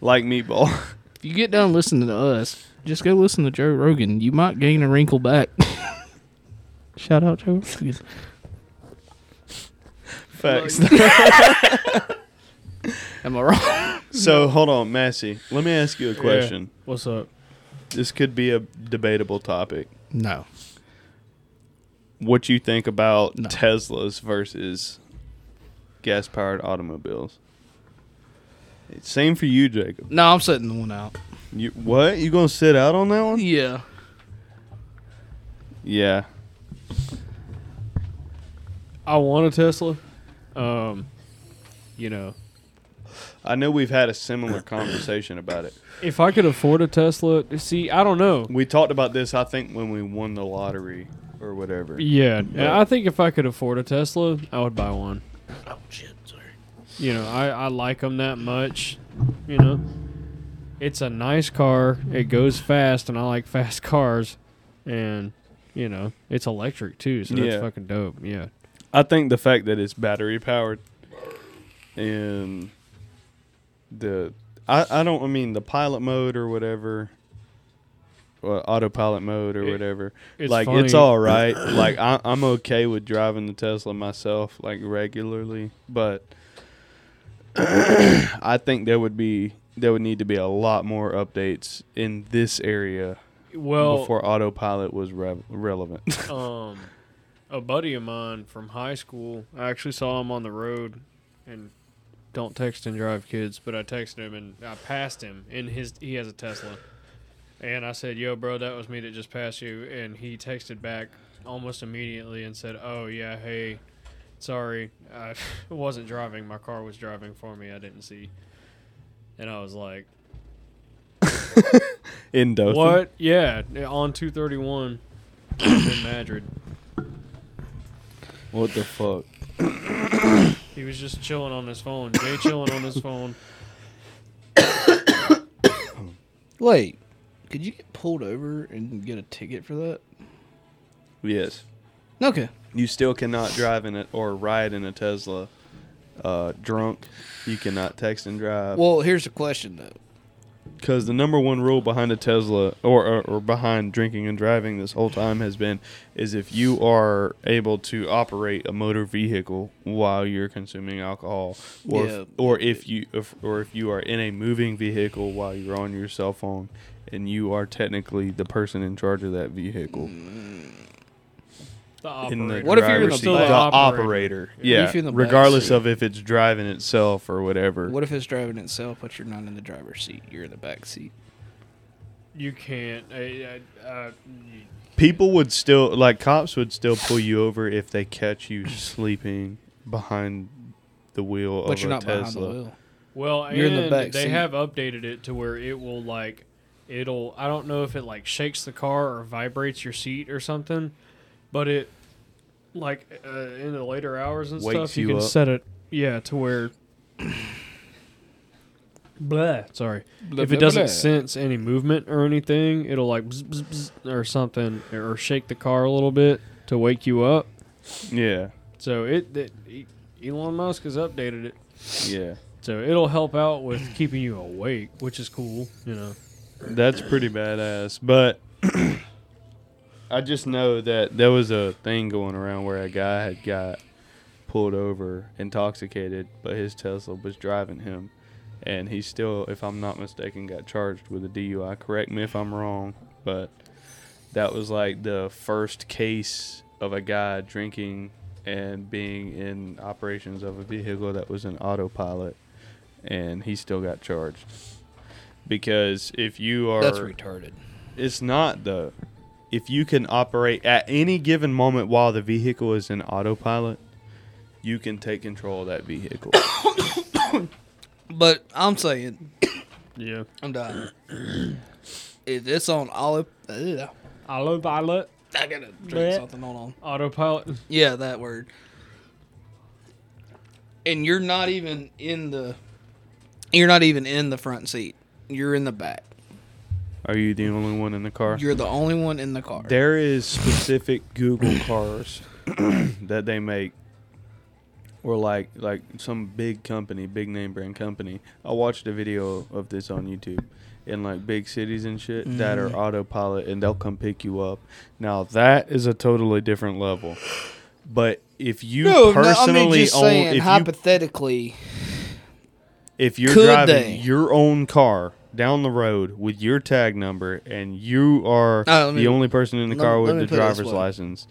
like meatball. If you get done listening to us, just go listen to Joe Rogan. You might gain a wrinkle back. Shout out Joe Rogan. Facts. Am I wrong? so hold on, Massey. Let me ask you a question. What's up? This could be a debatable topic. No. What you think about No. Teslas versus gas-powered automobiles? Same for you, Jacob. No, I'm setting the one out. You what? You gonna sit out on that one? Yeah. Yeah. I want a Tesla. Um, you know, I know we've had a similar conversation about it. if I could afford a Tesla, see, I don't know. We talked about this, I think, when we won the lottery or whatever. Yeah, Yeah. I think if I could afford a Tesla, I would buy one. Oh shit! Sorry. You know, I I like them that much. You know, it's a nice car. It goes fast, and I like fast cars. And you know, it's electric too, so that's Yeah. fucking dope. Yeah. I think the fact that it's battery powered and the I, I don't I mean the pilot mode or whatever or autopilot mode or whatever it's like it's funny. all right like I, I'm okay with driving the Tesla myself like regularly but I think there would be there would need to be a lot more updates in this area Well, before autopilot was rev relevant um, a buddy of mine from high school, I actually saw him on the road, and don't text and drive kids, but I texted him and I passed him, and his he has a Tesla, and I said, "Yo, bro, that was me that just passed you," and he texted back almost immediately and said, "Oh yeah, hey, sorry, I wasn't driving. My car was driving for me. I didn't see." And I was like, in Dothan. "What? Yeah, on two thirty one in Madrid." What the fuck? He was just chilling on his phone. Jay chilling on his phone. Wait, could you get pulled over and get a ticket for that? Yes. Okay. You still cannot drive in it or ride in a Tesla uh, drunk. You cannot text and drive. Well, here's the question though. Because the number one rule behind a Tesla or, or, or behind drinking and driving this whole time has been is if you are able to operate a motor vehicle while you're consuming alcohol or Yeah. if, or if you if, or if you are in a moving vehicle while you're on your cell phone Mm. and you are technically the person in charge of that vehicle. The in the operator. What if you're driver's in the seat. back? the Operator. operator? Yeah, if you're in the back regardless seat? of if it's driving itself or whatever. What if it's driving itself, but you're not in the driver's seat? You're in the back seat. You can't. I, I, uh, I, you- People would still like cops would still pull you over if they catch you sleeping behind the wheel But of you're a not behind the Tesla. wheel. well, You're in and the back they seat. have updated it to where it will like, it'll. I don't know if it like shakes the car or vibrates your seat or something, but it, like, uh, in the later hours and Wakes stuff, you, you can up. set it. Yeah, to where. Bleh. Sorry. if it doesn't sense any movement or anything, it'll like bzz, bzz, bzz, or something or shake the car a little bit to wake you up. Yeah, So it, it E- Elon Musk has updated it. yeah, So it'll help out with keeping you awake, which is cool, you know. that's pretty badass. But I just know that there was a thing going around where a guy had got pulled over intoxicated, but his Tesla was driving him, and he still, if I'm not mistaken, got charged with a DUI. Correct me if I'm wrong, but that was like the first case of a guy drinking and being in operations of a vehicle that was an autopilot, and he still got charged. Because if you are That's retarded. it's not though. If you can operate at any given moment while the vehicle is in autopilot, you can take control of that vehicle. But I'm saying, Yeah. I'm dying. if it's on olive, ugh, Autopilot, I gotta drink Bleh. something. Hold on. autopilot. Yeah, that word. And you're not even in the, you're not even in the front seat. You're in the back. Are you the only one in the car? You're the only one in the car. There is specific Google cars that they make, or like like some big company, big name brand company. I watched a video of this on YouTube in like big cities and shit that Mm. are autopilot, and they'll come pick you up. Now that is a totally different level. But if you no, no, I'm personally just own, saying, if you hypothetically, if you're Could driving they? your own car down the road with your tag number and you are Uh, let me- the only person in the let- car let with me the put it this driver's way. license,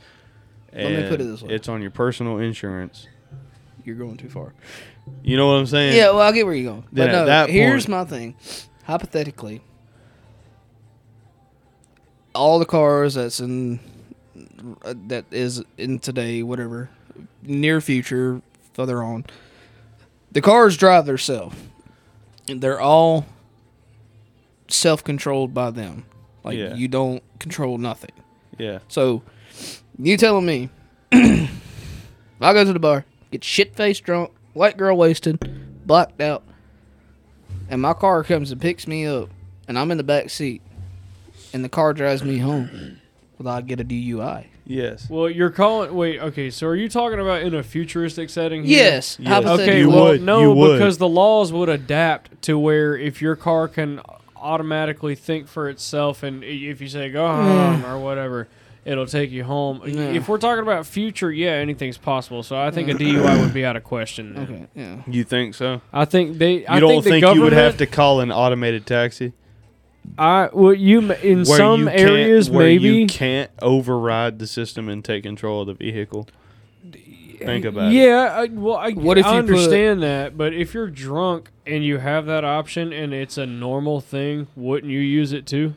Let me put it and this way. it's on your personal insurance. you're going too far. You know what I'm saying? Yeah, well, I get where you're going. Then But at no, that here's point- my thing. Hypothetically, all the cars that's in that is in today, whatever, near future, further on, the cars drive themselves. They're all self-controlled by them. Like Yeah. you don't control nothing. Yeah. So you telling me I go to the bar, get shit faced drunk, white girl wasted, blacked out, and my car comes and picks me up and I'm in the back seat and the car drives me home. Well I get a DUI. Yes. Well, you're calling wait, okay, so are you talking about in a futuristic setting here? Yes. Yes. Okay, Hypothetically. You well, would, no, you would. because the laws would adapt to where if your car can automatically think for itself, and i- if you say go home or whatever, it'll take you home. Mm. Yeah. If we're talking about future, yeah, anything's possible. So I think a DUI would be out of question. then. Okay, yeah. You think so? I think they. You I don't think, the think, you would have government- to call an automated taxi? I well, you m- in Where you some can't- areas where maybe. you can't override the system and take control of the vehicle. Think about it. yeah, I, well, I, What if I you put- understand that, but if you're drunk and you have that option and it's a normal thing, wouldn't you use it too?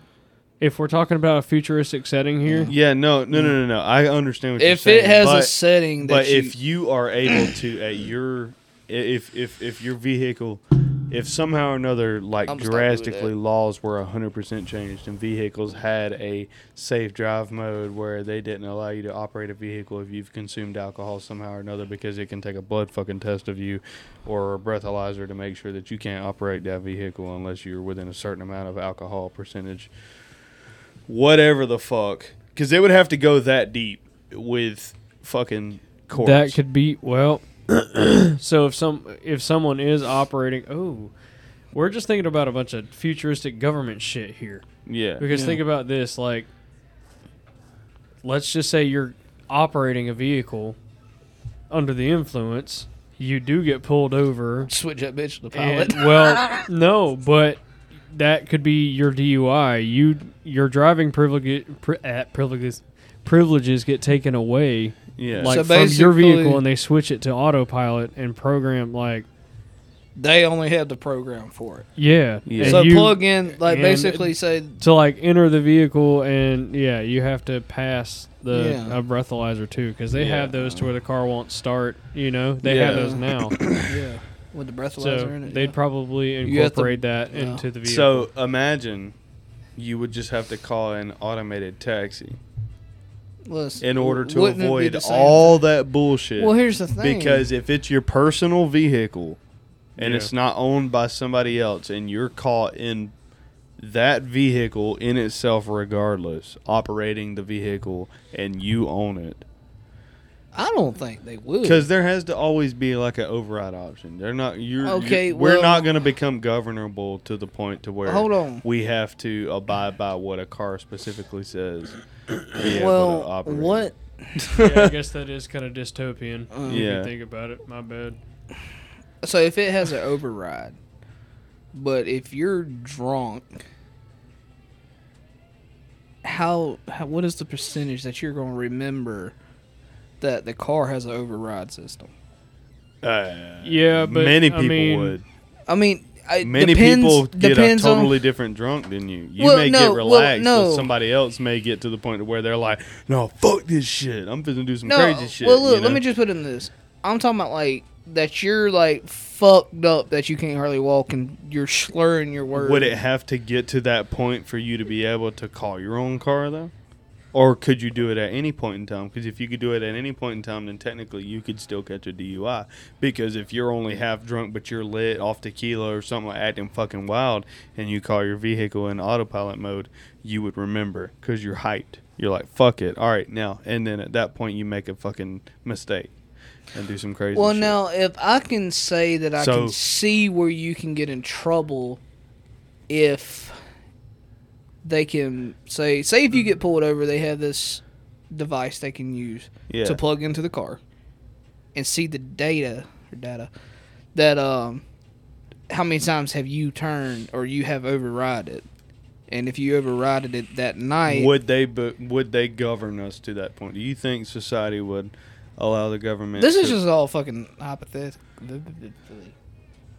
If we're talking about a futuristic setting here, Yeah, no, no, no, no, no. I understand what you're If saying. it has a but- setting that but you, if you are able to at your if if if your vehicle if somehow or another like I'm just not doing drastically laws were 100% changed and vehicles had a safe drive mode where they didn't allow you to operate a vehicle if you've consumed alcohol somehow or another because it can take a blood fucking test of you or a breathalyzer to make sure that you can't operate that vehicle unless you're within a certain amount of alcohol percentage whatever the fuck because they would have to go that deep with fucking courts. that could be well. so if some if someone is operating, oh, we're just thinking about a bunch of futuristic government shit here. yeah Because think about this, like, let's just say you're operating a vehicle under the influence, you do get pulled over. switch that bitch to the and- pilot. well, no, but that could be your DUI. You your driving privilege pri- uh, privileges privileges get taken away, Yeah. So like from your vehicle, basically- and they switch it to autopilot and program like They only have the program for it. yeah. Yeah. and so you- plug in, like and- basically say, to like enter the vehicle and yeah you have to pass the Yeah. a breathalyzer too because they have Yeah. those to where the car won't start you know they have Yeah. those now yeah, with the breathalyzer so in it. they'd yeah. probably You have to- incorporate that yeah. into the vehicle So imagine you would just have to call an automated taxi Listen, in order to wouldn't it be avoid the same all that bullshit. thing? Well, here's the thing. because if it's your personal vehicle and Yeah. it's not owned by somebody else and you're caught in that vehicle in itself regardless operating the vehicle and you own it I don't think they would. because there has to always be like an override option they're not you're Okay, you- we're well- not going to become governable to the point to where Hold on. we have to abide by what a car specifically says to be able to well, operate. what? yeah, i guess that is kind of dystopian Uh, if you Yeah. think about it my bad So if it has an override, but if you're drunk, how, how what is the percentage that you're going to remember that the car has an override system? Uh, yeah but many I people mean, would I mean, it Many depends, people get a depends totally on. different drunk than you. You Well, may no, get well, relaxed, no. but somebody else may get to the point where they're like, "No, fuck this shit. I'm finna do some No, crazy shit." well, look, you let me know? just put it in this. I'm talking about like that you're like fucked up that you can't hardly walk and you're slurring your words. Would it have to get to that point for you to be able to call your own car though, or could you do it at any point in time? Because if you could do it at any point in time, then technically you could still catch a DUI. Because if you're only half drunk but you're lit off tequila or something like acting fucking wild, and you call your vehicle in autopilot mode, you would remember because you're hyped. You're like, fuck it, all right now. And then at that point, you make a fucking mistake and do some crazy. Well, shit. now if I can say that I So- can see where you can get in trouble, if they can say, say if you get pulled over, they have this device they can use yeah, to plug into the car and see the data or data that um how many times have you turned or you have override it, and if you overrided it that night, would they bu- would they govern us to that point? Do you think society would allow the government? this is to- just all fucking hypothetical.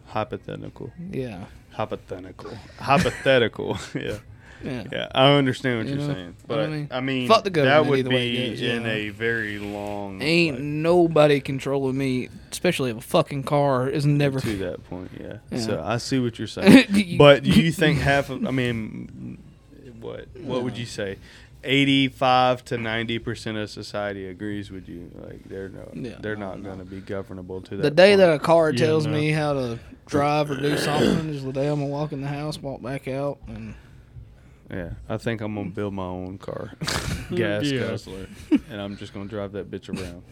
hypothetical, Yeah, hypothetical, hypothetical. yeah, yeah. yeah. I understand what You you are know, saying, what but I I mean? mean, Fuck the government That would either way it be goes, in yeah. a very long Ain't like, nobody controlling me, especially if a fucking car is never. to that point. Yeah. Yeah. So I see what you're saying, You- but do you think half of? I mean, what what would you say? Eighty-five to ninety percent of society agrees with you. Like they're no, Yeah, they're no, not no. going to be governable to that. The day point. that a car Yeah, tells no. me how to drive or do something is the day I'm gonna walk in the house, walk back out, and Yeah, I think I'm gonna build my own car, gas Yeah. guzzler, and I'm just gonna drive that bitch around.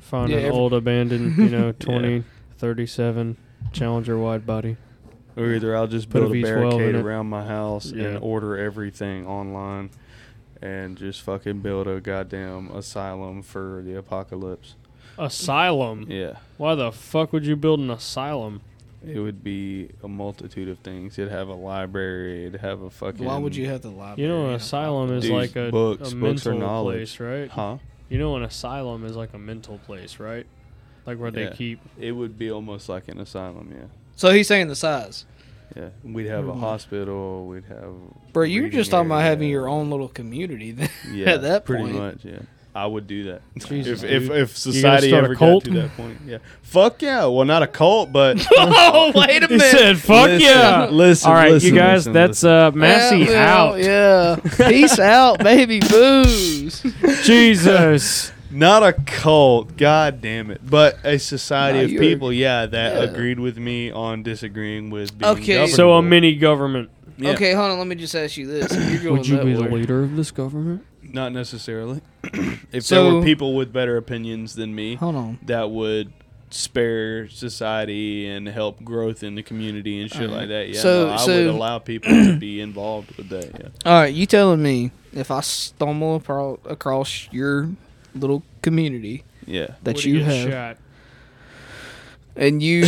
find Yeah, an every- old abandoned you know 20 37 challenger wide body Or either I'll just Put a build a, V12 barricade in it. around my house Yeah. and order everything online, and just fucking build a goddamn asylum for the apocalypse. asylum Yeah, why the fuck would you build an asylum it would be a multitude of things. It'd have a library. It'd have a fucking. why would you have the library? You know, an in a asylum is Dude, like a, books- a books are mental knowledge. place, right? Huh? You know, an asylum is like a mental place, right? Like where Yeah. they keep. It would be almost like an asylum. Yeah, So he's saying the size, yeah. We'd have a hospital. We'd have. bro. You were reading just talking about area. having your own little community then, Yeah, at that pretty point. much. Yeah, I would do that Jesus, if, if dude. if society start a ever cult? got to that point. Yeah, fuck yeah. Well, not a cult, but oh wait a He minute. said, "Fuck Listen, yeah!" listen, All right, listen, you guys, listen, that's listen. uh, Massey out. Yeah, peace out, baby booze. Jesus, not a cult. God damn it! But a society Nah, of you're- people, yeah, that yeah. agreed with me on disagreeing with. Being Okay. so a governable. mini government. Yeah, Okay, hold on. Let me just ask you this: If you're going Would you that be the way- leader of this government? not necessarily. if there So- were people with better opinions than me, Hold on. that would spare society and help growth in the community and shit like that. Yeah, So- no, I would so- allow people to be involved with that. Yeah. All right, you telling me if I stumble apro- across your little community Yeah. that Would he you get have, shot? and you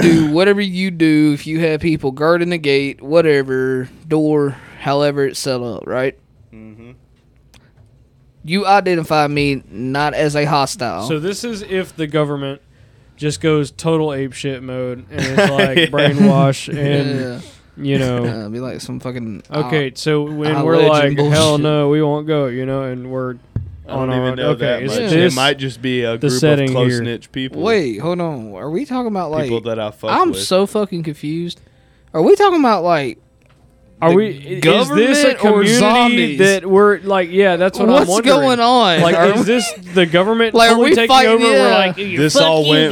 do whatever you do, if you have people guarding the gate, whatever door, however it's set up, right? Mm-hmm. You identify me not as a Oh. hostile. So this is if the government just goes total apeshit mode and it's like brainwash and yeah, you know. Uh, be like some fucking Okay, so when I'll we're legend like, hell bullshit. no, we won't go, you know, and we're I don't on our even own. know that okay, much. it's it this- might just be a group of setting here. close niche people. Wait, hold on. Are we talking about like? people that I fuck I'm with. so fucking confused. Are we talking about like? Are the we? i- Is this a government or community zombies? that we're like? Yeah, that's what I'm what's wondering. going on? Like, Are is we- this the government Like, are fully we taking fighting- over? We're yeah. like, "You This fuck all you, went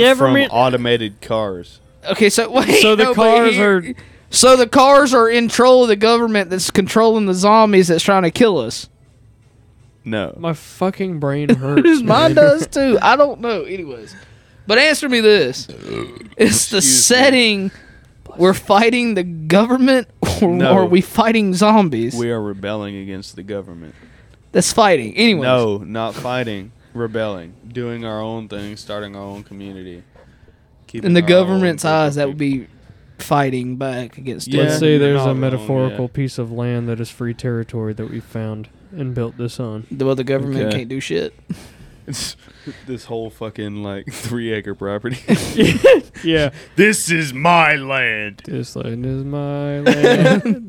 government." from automated cars. Okay, so wait, So the no, but cars here- are- So the cars are in control of the government that's controlling the zombies that's trying to kill us. No. My fucking brain hurts. Because mine man. does too. I don't know. Anyways, but answer me this: It's the Uh, Excuse me. setting. We're fighting the government, or No. are we fighting zombies? We are rebelling against the government. that's fighting. Anyways, No, not fighting. Rebelling. Doing our own thing, starting our own community. Keeping in the our own government's group of eyes, that would people. be fighting back against. Yeah. us. Let's say you're there's not a wrong, metaphorical yeah. piece of land that is free territory that we found and built this on. The well, the government Okay. can't do shit. this whole fucking like three acre property. Yeah. this is my land. This land is my land.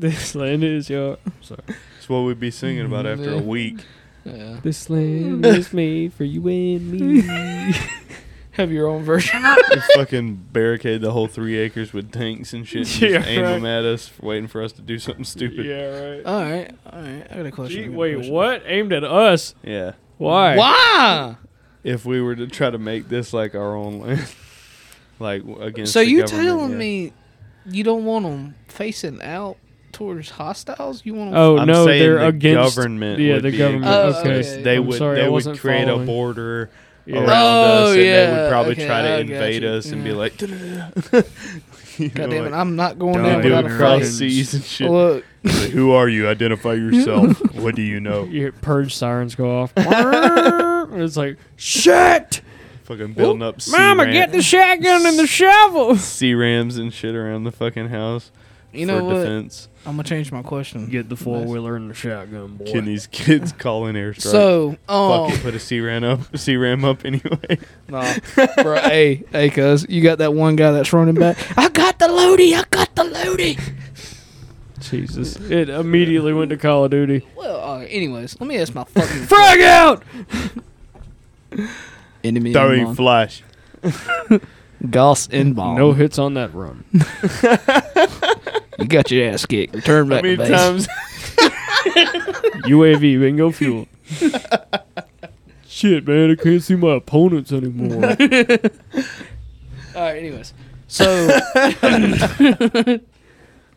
this land is your. Sorry. That's what we'd be singing about after a week. Yeah. This land is made for you and me. Have your own version. Just fucking barricade the whole three acres with tanks and shit. And Yeah, just aim right. them at us, waiting for us to do something stupid. Yeah. right. all right, all right. I got a question. I got a wait, question. what? Aimed at us? Why? Why? If we were to try to make this like our own land, like w- against. So the you government, telling yeah. me you don't want them facing out towards hostiles? You want them? Oh I'm no, saying they're the against government Yeah, would the be government. against okay. us. They Yeah, I'm would sorry, I they would wasn't create following. a border Yeah. around Oh, us, and they yeah, would probably okay, try to I got invade you. us and be Yeah. like, You know, God damn it! like, I'm not going Don't down they do without it a across fight. seas and shit. Look, Like, Who are you? Identify yourself. what do you know? Your purge sirens go off. it's like shit. Fucking building up sea, Mama, ram- get the shotgun and the shovel. sea rams and shit around the fucking house you for know what? defense. I'm gonna change my question. Get the four wheeler and the shotgun, boy. Can these kids call in airstrikes? So, um, Fucking put a sea ram up, sea ram up anyway. Nah, bro. hey, hey, cuz you got that one guy that's running back. I got the loady. I got the loady. Jesus! It immediately went to Call of Duty. Well, uh, anyways, let me ask my fucking Frag out. enemy. Throwing flash. Goss in bomb. No hits on that run. you got your ass kicked. Return How back many to base. times? UAV bingo fuel. Shit, man! I can't see my opponents anymore. All right. Anyways, so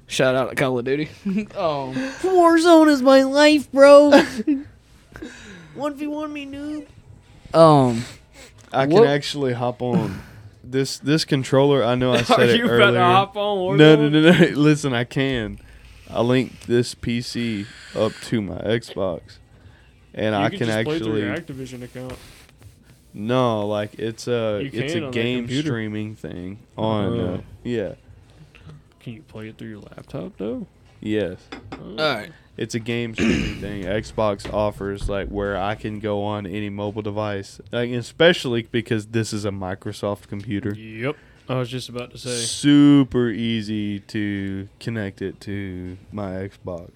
shout out to Call of Duty. Oh. um, Warzone is my life, bro. One v one me noob. um, I can What- actually hop on. This this controller, I know I said Are it you about earlier. to hop on Warzone? no, no, no, no. Listen, I can. I linked this PC up to my Xbox, and You I could can just play through actually your Activision account. no, like it's a You it's can a on the game computer. streaming thing on Oh. uh, yeah Can you play it through your laptop though? yes all right. it's a game streaming thing. Xbox offers like where I can go on any mobile device, like especially because this is a Microsoft computer. Yep. I was just about to say. super easy to connect it to my Xbox.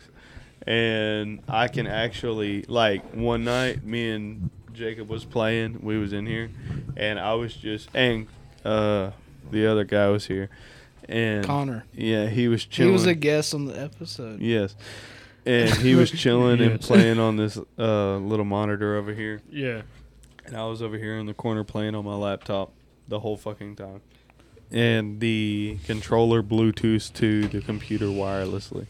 And I can actually like one night me and Jacob was playing, we was in here and I was just and uh the other guy was here. And Connor. Yeah, he was He chilling. was a guest on the episode. yes. And he was chilling and Yes. playing on this uh little monitor over here. Yeah. And I was over here in the corner playing on my laptop the whole fucking time. And the controller Bluetooth to the computer wirelessly.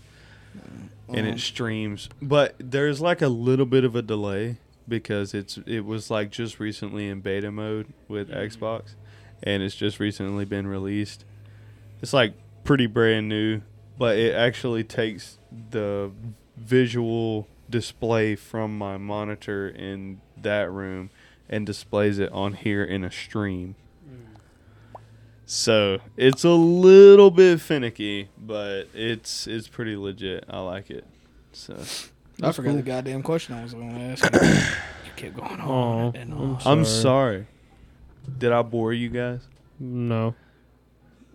And it streams. But there's like a little bit of a delay because it's it was like just recently in beta mode with Xbox and it's just recently been released. It's like pretty brand new, but it actually takes the visual display from my monitor in that room and displays it on here in a stream. So it's a little bit finicky, but it's it's pretty legit. I like it. So I forgot the goddamn question I was going to ask. you kept going on Oh, and on. I'm sorry. Did I bore you guys? No,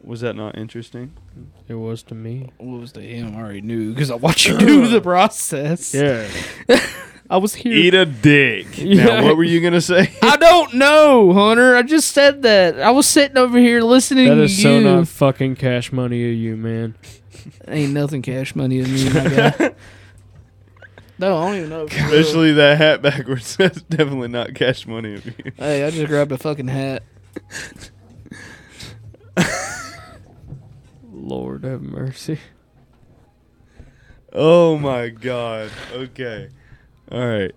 Was that not interesting? it was to me. What was the him? I already knew because I watched you do the process. Yeah. I was here. Eat a dick. Yeah. Now, what were you gonna say? I don't know, Hunter. I just said that. I was sitting over here listening That to is you. so not fucking cash money of you, man. Ain't nothing cash money to me, my guy. No, I don't even know. if it's real. Especially that hat backwards. That's definitely not cash money of you. Hey, I just grabbed a fucking hat. Lord have mercy. Oh my god. Okay. All right.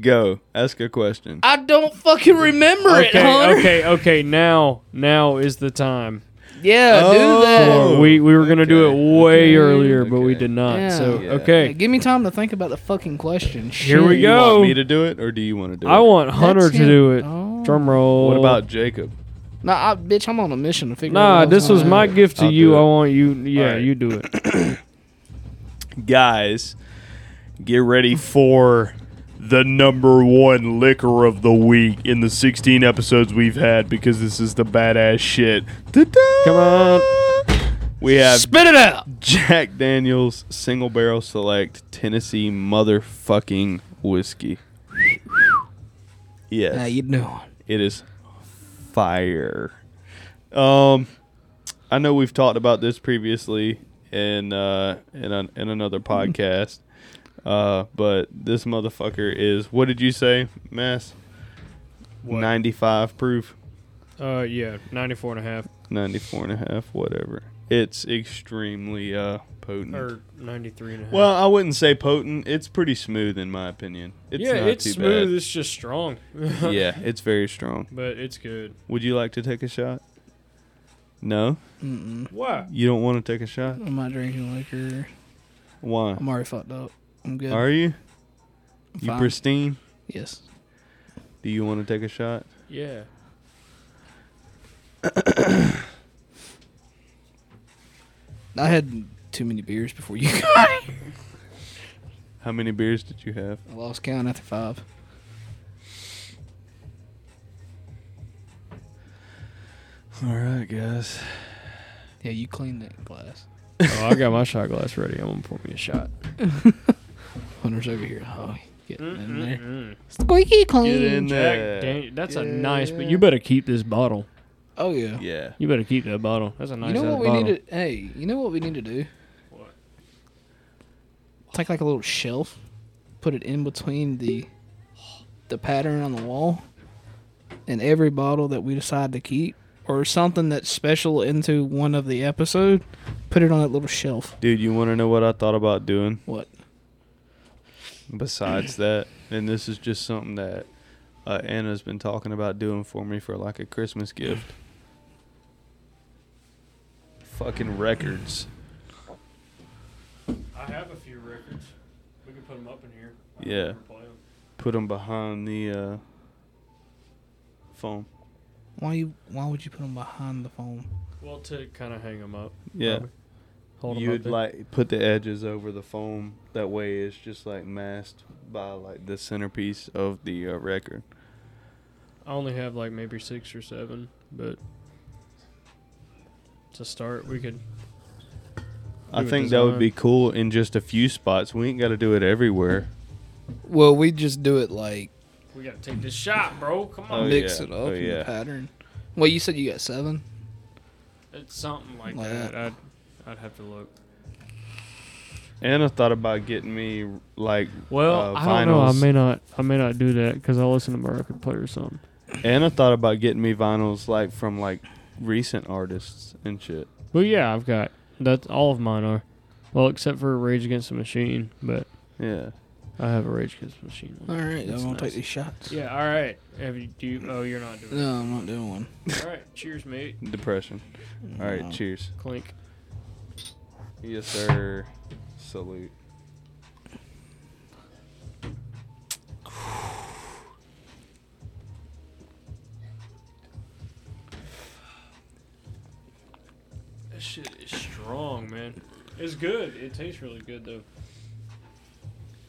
Go. Ask a question. I don't fucking remember it, Okay, Hunter. okay, okay. Now, now is the time. Yeah, do that. Oh, we we were gonna do okay. it way earlier, but we okay. did not. Yeah. So Yeah. Hey, okay, give me time to think about the fucking question. Here Shit. we Do you go. want me to do it or do you want to do it? I want Hunter That's to do it. Oh. Drum roll. What about Jacob? Nah, I, bitch, I'm on a mission to figure. Nah, out what this going was on. my gift to I'll do you. it. I want you. Yeah, Alright. you do it. Guys, get ready for the number one liquor of the week in the 16 episodes we've had because this is the badass shit. Ta-da! Come on. We have Spit it out. Jack Daniels Single Barrel Select Tennessee motherfucking whiskey. Yes. How you doing? It is fire. Um, I know we've talked about this previously in uh, in an, in another Mm-hmm. podcast, uh, but this motherfucker is what did you say, Mass? Ninety five proof, Uh, yeah, 94 and a half 94 and a half, whatever. It's extremely uh, potent. or 93 and a half. well, I wouldn't say potent. It's pretty smooth in my opinion. It's yeah, not it's too smooth. It's just strong, Bad. yeah, it's very strong. but it's good. Would you like to take a shot? No. What? You don't want to take a shot? I'm not drinking liquor. Why? I'm already fucked up. I'm good. Are you? I'm You fine. pristine? yes. Do you want to take a shot? Yeah. I had too many beers before you got here. How many beers did you have? I lost count after five. All right, guys. Yeah, you cleaned that glass. oh, I got my shot glass ready. I'm gonna pour me a shot. Hunter's over here. Oh, getting Mm-hmm. in there. Squeaky Get in clean. there. Mm-hmm. that's a a Yeah. nice. But you better keep this bottle. Oh yeah. Yeah. You better keep that bottle. That's a nice. You know what we bottle. need to? Hey, you know what we need to do? What? Take like a little shelf, put it in between the the pattern on the wall, and every bottle that we decide to keep or something that's special into one of the episode, put it on that little shelf. Dude, you want to know what I thought about doing What? besides that? And this is just something that uh, Anna's been talking about doing for me for like a Christmas gift. Fucking records. I have a few records. We can put them up in here. Yeah. Put them behind the uh, phone. Why you? Why would you put them behind the phone? Well, to kind of hang them up. Yeah. probably. Hold 'em up You'd there. like put the edges over the foam. That way, it's just like masked by like the centerpiece of the uh, record. I only have like maybe six or seven, but to start, we could. I Do a think that would design. be cool in just a few spots. We ain't got to do it everywhere. Well, we just do it like We gotta take this shot, bro. Come on. Oh, mix yeah. it up Oh, in yeah. the pattern. Well, you said you got seven. It's something like, Like that. that. I'd, I'd have to look. Anna thought about getting me like Well, uh, I don't know. I vinyls. may not. I may not do that because I listen to my record player some. Anna thought about getting me vinyls like from like recent artists and shit. But yeah, I've got that's all of mine are. Well, except for Rage Against the Machine, but Yeah, I have a Rage Against the Machine. All One. right, That's I'm gonna nice. take these shots. Yeah. All right. Have you? Do you, oh, you're not doing. No, I'm not doing one. it. All right. Cheers, mate. depression. All right, No. cheers. Clink. Yes, sir. Salute. shit is strong, man. It's good. It tastes really good though.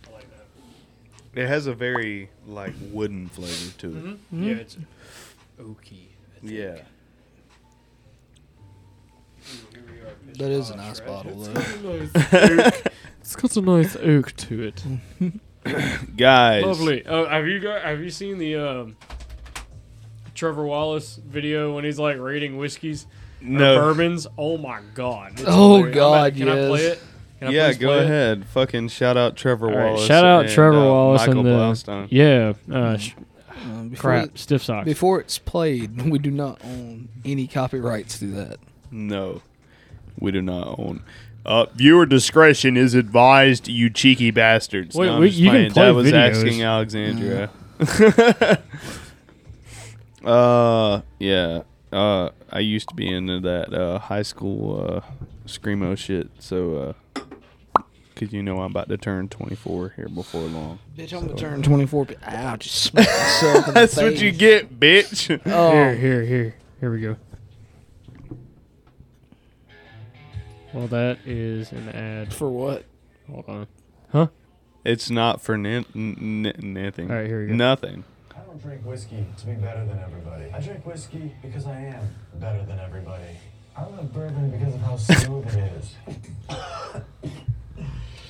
I like that. It has a very like wooden flavor to it. Yeah, it's oaky. Yeah. That is a nice bottle, though. It's got a nice oak to it. Guys, Lovely. Oh, have you got? Have you seen the um, Trevor Wallace video when he's like rating whiskeys, or no, bourbons? Oh my god! It's Oh, hilarious. I'm God, at- Can I play yes. it? Can I yeah, please go play it? ahead. Fucking shout out Trevor All right, Wallace. shout out and, Trevor uh, Wallace Michael and the Blaustein. yeah uh, sh- Um, before crap it- stiff socks. Before it's played, we do not own any copyrights to that. No, we do not own. Uh, viewer discretion is advised. You cheeky bastards. Wait, No, I'm wait, just you playing. can play Dad was videos. asking Alexandria. uh, yeah. Uh, I used to be into that uh, high school uh, screamo shit. So, uh 'cause you know I'm about to turn 24 here before long. Bitch, I'm gonna turn 24. but- Ow, just smack myself in the That's what you face. get, bitch. Here, Oh, here, here. Here we go. Well, that is an ad. for what? Hold on. It's not for nin- n- n- nothing. All right, here we go. Nothing. I don't drink whiskey to be better than everybody. I drink whiskey because I am better than everybody. I love bourbon because of how smooth it is.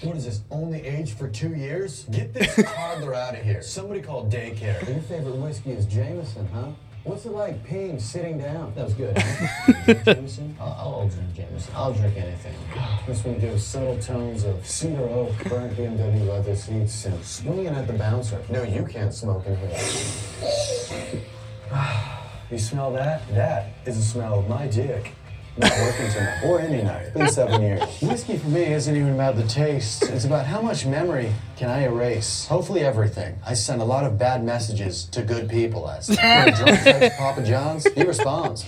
What is this? Only aged for two years? Get this toddler out of here. Somebody call daycare. Your favorite whiskey is Jameson, huh? What's it like peeing sitting down? That was good. huh? You drink Jameson? I'll, I'll drink Jameson. I'll drink anything. This one gives subtle tones of cedar oak, burnt BMW leather seats, and swinging at the bouncer. No, you can't smoke in here. You smell that? That is the smell of my dick. Not working tonight or any night. It's been seven years. Whiskey for me isn't even about the taste. It's about how much memory can I erase. Hopefully everything. I sent a lot of bad messages to good people last night. When a drunk texts Papa John's, he responds.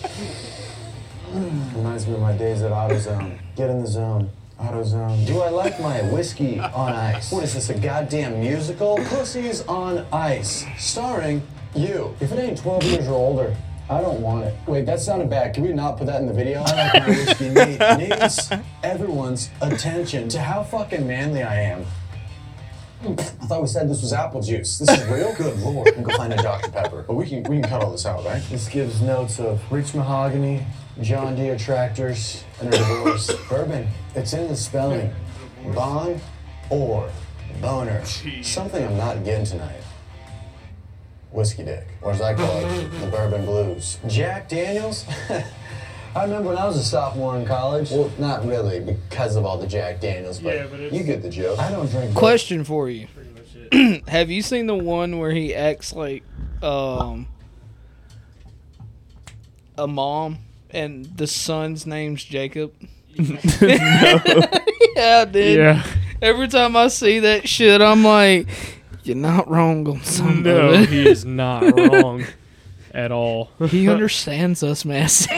Reminds me of my days at AutoZone. Get in the zone. AutoZone. Do I like my whiskey on ice? What is this, a goddamn musical? Pussies on Ice, starring you. If it ain't 12 years or older, I don't want it. Wait, that sounded bad. Can we not put that in the video? I like my whiskey neat. Needs everyone's attention to how fucking manly I am. I thought we said this was apple juice. This is real. Good lord. We can go find a Dr. Pepper. But we can we can cut all this out, right? This gives notes of rich mahogany, John Deere tractors, and a divorce. Bourbon. It's in the spelling. Bon or boner. Something I'm not getting tonight. Whiskey dick. Or as I call it, the bourbon blues. Jack Daniels? I remember when I was a sophomore in college. Well, not really, because of all the Jack Daniels, but, Yeah, but it's- you get the joke. I don't drink Question for you: Have you seen the one where he acts like um a mom and the son's name's Jacob? yeah, dude. Yeah. Every time I see that shit, I'm like, you're not wrong on some No, of he is not wrong at all. it. He understands us, Massey.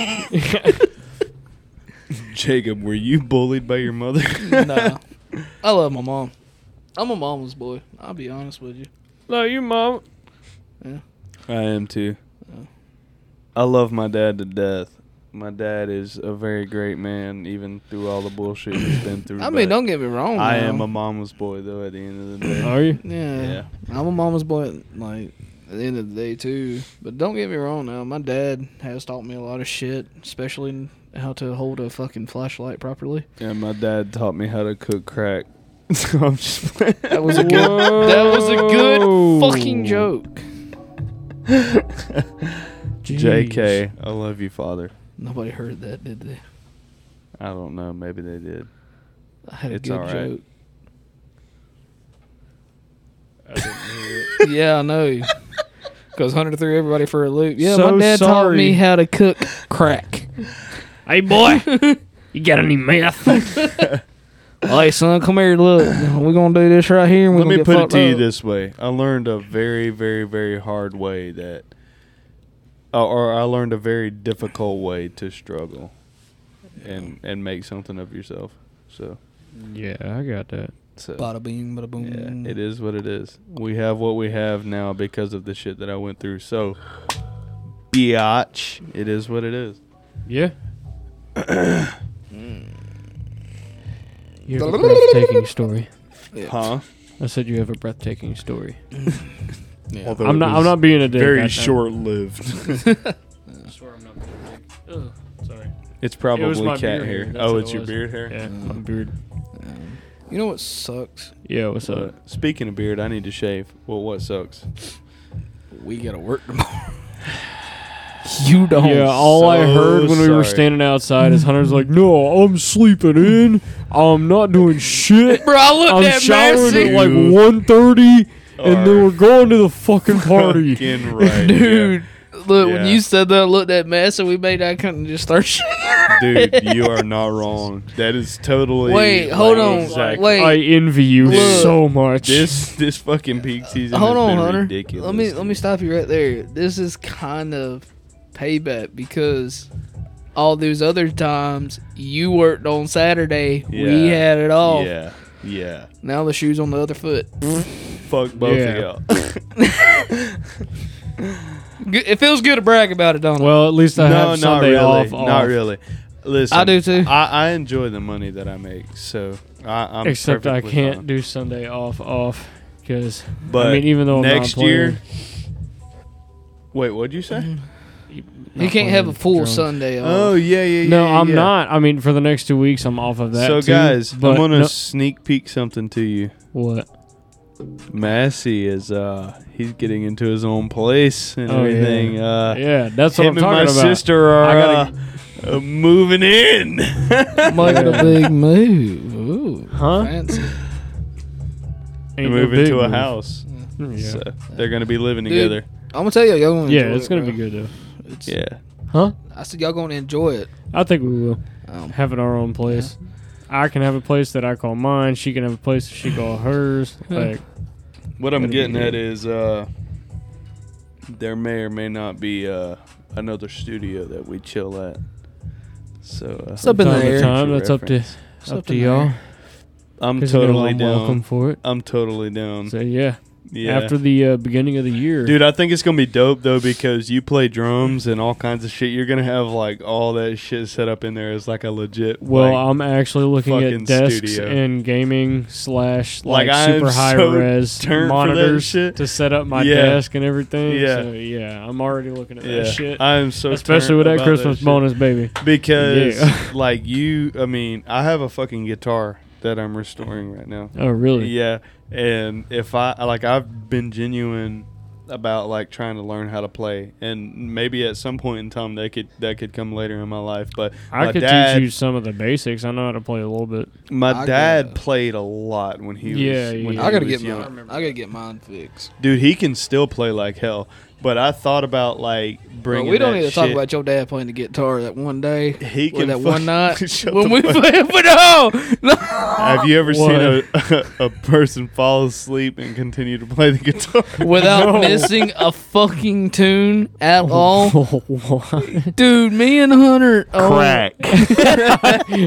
Jacob, were you bullied by your mother? no, I love my mom. I'm a mama's boy. I'll be honest with you. no, you mom. I am too. I love my dad to death. My dad is a very great man, even through all the bullshit he's been through. I mean, but don't get me wrong. I now. am a mama's boy, though. At the end of the day, Are you? Yeah. I'm a mama's boy, like, at the end of the day, too. But don't get me wrong now. My dad has taught me a lot of shit, especially in how to hold a fucking flashlight properly. yeah. My dad taught me how to cook crack. So I'm just playing. That was a good, that was a good fucking Oh. joke. Jk. I love you, father. Nobody heard that, did they? I don't know. Maybe they did. I had a It's good all right. joke. yeah, I know. Because Hunter threw everybody for a loop. Yeah, So my dad taught sorry. me how to cook crack. Hey, boy, you got any meth? hey, son, come here. Look, we're going to do this right here. And we're Let gonna me get put it fucked to you up. this way: I learned a very, very, very hard way that, uh, or I learned a very difficult way to struggle, and and make something of yourself. So, Yeah, I got that. so Bada bing, bada boom. yeah, it is what it is. We have what we have now because of the shit that I went through. So, biatch, it is what it is. Yeah. You have a breathtaking story. Huh? I said you have a breathtaking story. Although I'm it not- I'm was not being a dick, I Very know. short lived. I swear I'm not. Ugh, sorry. it's It was probably my cat beard hair. that's Oh, what it's it your was. beard hair. Yeah, my beard. You know what sucks? Yeah, what's Uh, up? speaking of beard, I need to shave. Well, what sucks? We gotta work tomorrow. you don't. Yeah, all I so heard when we were sorry. standing outside is Hunter's like, "No, I'm sleeping in. I'm not doing shit. Bro, I looked I'm at showering Mercy. at like You 1.30 and then are we're going to the fucking party." Fucking right, Dude, look, when Yeah. you said that, I looked at Mess and we made eye contact and just started shit. yeah. dude, you are not wrong. That is totally. Wait, hold on. exactly- Wait. I envy you Look. so much. This this fucking peak season. Hold has on, been Hunter. Ridiculous. Let me let me stop you right there. This is kind of payback because all those other times you worked on Saturday, we Yeah. had it all. Yeah, yeah. Now the shoes on the other foot. Fuck both Yeah. of y'all. G- It feels good to brag about it, don't it? Well, at least I no, have not Sunday really. off. Not off. really. Listen, I do too. I, I enjoy the money that I make, so I, I'm Except I perfectly can't fine. do Sunday off off because But I mean, even though I'm not next year. Wait, what'd you say? Mm-hmm. you can't have a full full Sunday. Sunday. off. Oh yeah, yeah, yeah. No, yeah, I'm yeah. not. I mean, for the next two weeks, I'm off of that. So too, guys, but I'm gonna no- sneak peek something to you. what? Massey is uh he's getting into his own place and Oh, yeah. everything. Uh Yeah, that's what him I'm and talking my about. sister are I gotta- uh, uh, moving in. making a big move. Ooh, huh? Fancy. They're Ain't no moving big to a move. house. Yeah, So they're gonna be living Dude. together. I'm gonna tell you, y'all gonna yeah enjoy it's it, gonna bro. be good though. It's, Yeah. Huh? I said y'all gonna enjoy it. I think we will Um, having our own place. I can have a place that I call mine. She can have a place that she call hers. Like, What I'm That'd be getting good. at is uh there may or may not be uh another studio that we chill at. So uh, It's up in the time to air. time, that's up to up to in the y'all. air. I'm 'cause you know totally I'm down. welcome for it. I'm totally down. So yeah, yeah. after the uh, beginning of the year, Dude, I think it's gonna be dope though because you play drums and all kinds of shit. You're gonna have like all that shit set up in there as like a legit. Well, like, I'm actually looking fucking at desks studio. and gaming slash like, Like, I am super high so res turned for that monitors shit. to set up my Yeah. desk and everything. Yeah. So yeah, I'm already looking at yeah, that shit. I am so Especially turned with that about Christmas shit. bonus, baby. because Yeah. like you, I mean, I have a fucking guitar that I'm restoring right now. Oh really? Yeah, and if I like, I've been genuine about like trying to learn how to play, and maybe at some point in time that could that could come later in my life. But I my could dad, teach you some of the basics. I know how to play a little bit. My I dad gotta- played a lot when he Yeah, was. yeah, when yeah. he I gotta was get young. mine. I gotta get mine fixed. Dude, he can still play like hell. But I thought about like Bro, bringing. we don't that need to talk shit- about your dad playing the guitar that one day. He or can that fucking- one night Shut when the we fuck played. But no, no. Have you ever What? seen a, a person fall asleep and continue to play the guitar? without missing a fucking tune at Oh. all, what? dude. Me and Hunter, oh,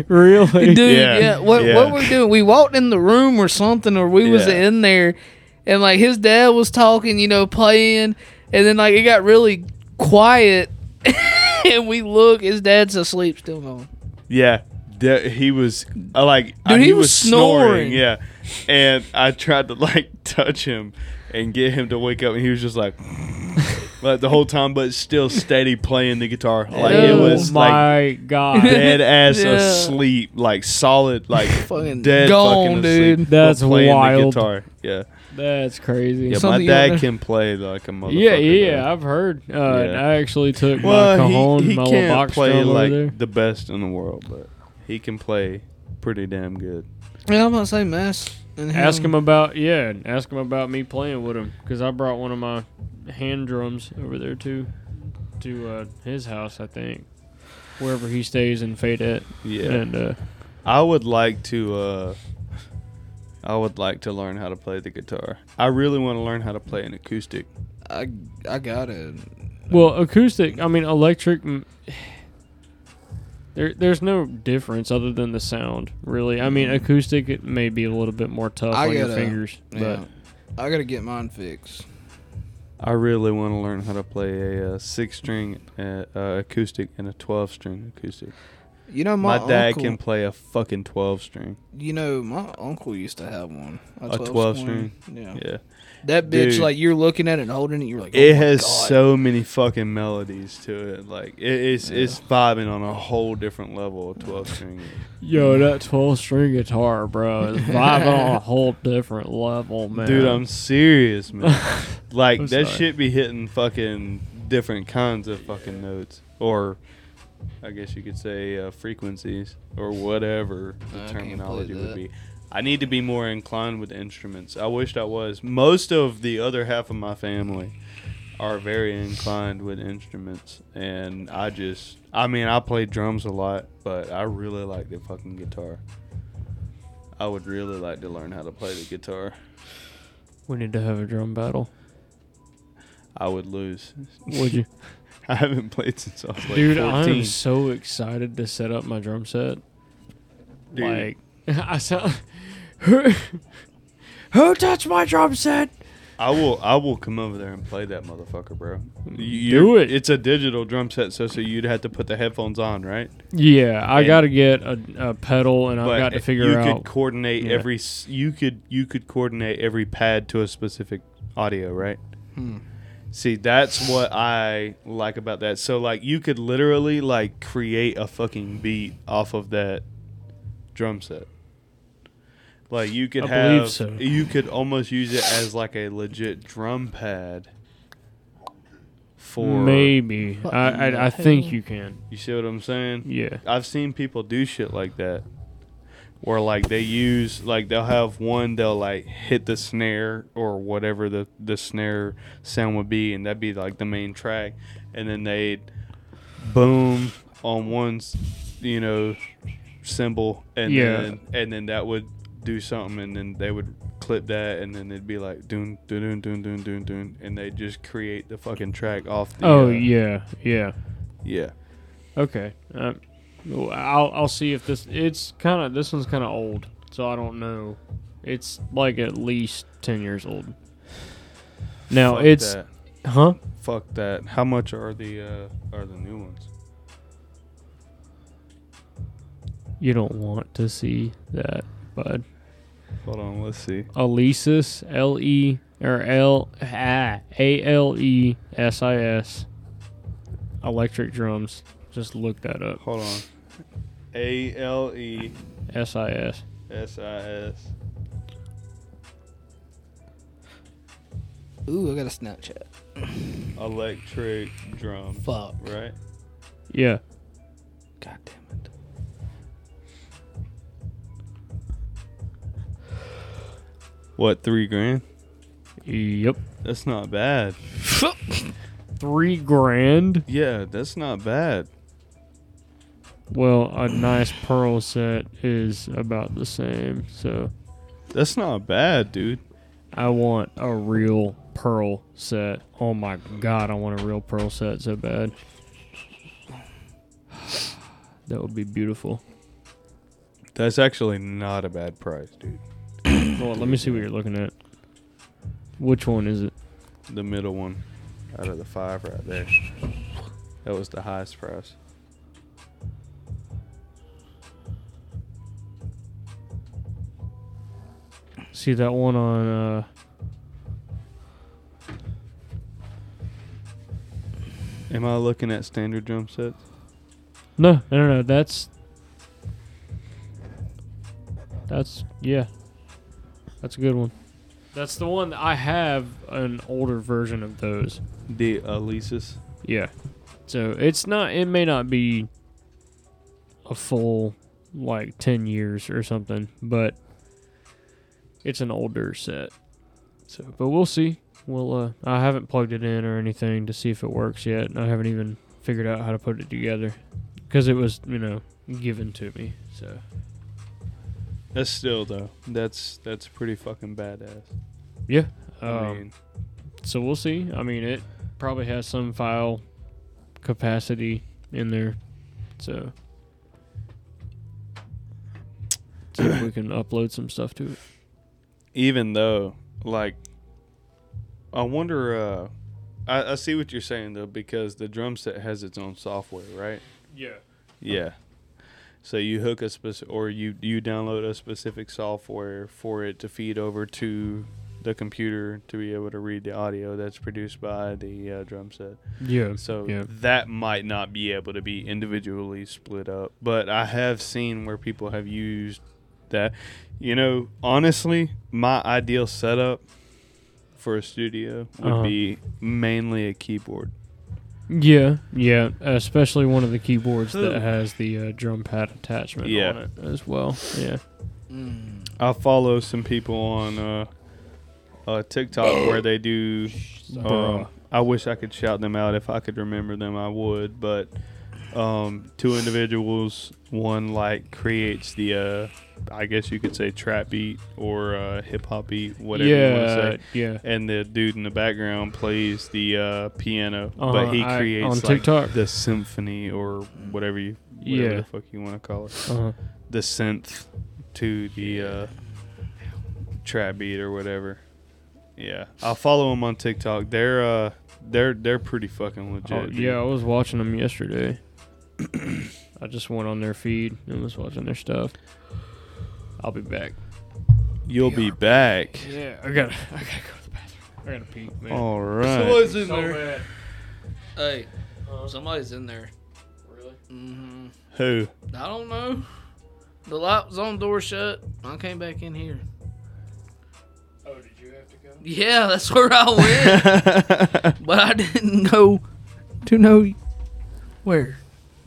really? dude. Yeah, Yeah, what yeah. what we doing? We walked in the room or something, or we was Yeah. in there, and like his dad was talking, you know, playing, and then like it got really quiet, and we look, his dad's asleep still going. Yeah, that, he was I like I, Dude, he, he was, was snoring. snoring. Yeah, and I tried to like touch him and get him to wake up, and he was just like. Like the whole time, but still steady playing the guitar. Like it Oh was like my god. dead ass Yeah. asleep, like solid, like Fucking dead gone, fucking asleep. dude. That's while playing wild. The guitar. Yeah, That's crazy. yeah. Something my you dad wanna- can play like a motherfucker. Yeah, yeah, though. I've heard. Uh, Yeah. I actually took my Well, cajon, he, he my little can't box play drum over like there. the best in the world, but he can play pretty damn good. Yeah, I'm gonna say mess. And Ask him about yeah, and ask him about me playing with him because I brought one of my hand drums over there too, to uh, his house I think, wherever he stays in Fade at. Yeah. and uh, I would like to. Uh, I would like to learn how to play the guitar. I really want to learn how to play an acoustic. I I got it. well, acoustic. I mean, electric. mm, There, there's no difference other than the sound, really. I mean, acoustic it may be a little bit more tough I on your gotta- fingers, Yeah. I gotta get mine fixed. I really want to learn how to play a, uh six string uh, uh, acoustic and a twelve string acoustic. You know, My, my, dad uncle, can play a fucking twelve string, You know, my uncle used to have one. a twelve string. Yeah. yeah. That bitch, Dude. Eh. like, you're looking at it and holding it, you're like, it oh my has God. so many fucking melodies to it. Like it, it's it's vibing on a whole different level of twelve string. Yo, that 12 string guitar, bro, is vibing on a whole different level, man. Dude, I'm serious, man. like I'm that sorry. shit be hitting fucking different kinds of fucking notes, or I guess you could say uh, frequencies, or whatever I the can't play terminology would that. be. I need to be more inclined with instruments. I wished I was. Most of the other half of my family are very inclined with instruments, and I just, I mean, I play drums a lot, but I really like the fucking guitar. I would really like to learn how to play the guitar. we need to have a drum battle. I would lose. Would you? I haven't played since I was like Dude, 14. I'm so excited to set up my drum set. Dude. Like, I sound. Who, who touched my drum set? I will I will come over there and play that motherfucker, bro. You, Do it. It's a digital drum set, so so you'd have to put the headphones on, right? Yeah, I And- got to get a, a pedal, and I've got to figure you out. could coordinate Yeah. every s- you could you could coordinate every pad to a specific audio, right? See, that's what I like about that. So like you could literally like create a fucking beat off of that drum set. Like you could I believe have so. you could almost use it as like a legit drum pad for Maybe. I, I, I think hell? you can. you see what I'm saying? Yeah. I've seen people do shit like that. Where like they use like they'll have one they'll like hit the snare or whatever the the snare sound would be and that'd be like the main track and then they'd boom on one s- you know cymbal and Yeah. then and then that would do something and then they would clip that and then it'd be like doon doon doon doon doon doon and they just create the fucking track off the Oh, uh, yeah. Yeah. yeah Okay. Um, well, I'll I'll see if this it's kind of this one's kind of old, so I don't know. It's like at least ten years old. Now Fuck it's that. huh? Fuck that. How much are the uh, are the new ones? You don't want to see that, bud. Hold on, let's see. Alesis L E or L ah, A L E S I S electric drums. Just look that up. Hold on. A L E S I S. S I S. Ooh, I got a Snapchat. Electric drum. Fuck. Right? Yeah. God damn it. What, three grand? Yep. That's not bad. Three grand. Yeah, that's not bad. Well, a nice pearl set is about the same. So That's not bad, dude. I want a real pearl set. Oh my god, I want a real pearl set so bad. That would be beautiful. That's actually not a bad price, dude. Well, let me see what you're looking at. Which one is it? The middle one out of the five right there. That was the highest price. See that one on uh Am I looking at standard drum sets? No, no, no, no. That's that's yeah. That's a good one. That's the one I have an older version of those. The Alesis. Yeah. So it's not. It may not be a full like ten years or something, but it's an older set. So, but we'll see. We'll. Uh, I haven't plugged it in or anything to see if it works yet. and I haven't even figured out how to put it together because it was, you know, given to me. So That's still though. That's that's pretty fucking badass. yeah. Um, I mean, so we'll see. I mean, it probably has some file capacity in there, so see if we can upload some stuff to it. even though, like, I wonder. uh I, I see what you're saying though, because the drum set has its own software, right? Yeah. Yeah. So you hook a spec- or you you download a specific software for it to feed over to the computer to be able to read the audio that's produced by the uh, drum set. Yeah, So yeah. that might not be able to be individually split up, but I have seen where people have used that. You know, honestly, my ideal setup for a studio would Uh-huh. be mainly a keyboard. Yeah, yeah, especially one of the keyboards Ooh. that has the uh, drum pad attachment Yeah. on it as well. Yeah. I follow some people on uh, uh, TikTok where they do. Um, I wish I could shout them out. If I could remember them, I would. But um, two individuals, one like creates the, uh, I guess you could say trap beat or uh, hip hop beat, whatever you want yeah, to say. yeah. And the dude in the background plays the uh, piano, Uh-huh, but he I- creates on like, TikTok. the symphony or whatever you, whatever Yeah. the fuck you want to call it Uh-huh. the synth to the uh, trap beat or whatever. Yeah, I'll follow them on TikTok. They're uh, they're they're pretty fucking legit. Oh, dude. yeah, I was watching them yesterday. I just went on their feed and was watching their stuff. I'll be back. you'll be back. Yeah, I gotta, I gotta go to the bathroom. I gotta pee, man. All right. Somebody's in there. bad. Hey, somebody's in there. Really? hmm Who? I don't know. The light was on, door shut. I came back in here. Oh, did you have to go? Yeah, that's where I went, but I didn't know to know where.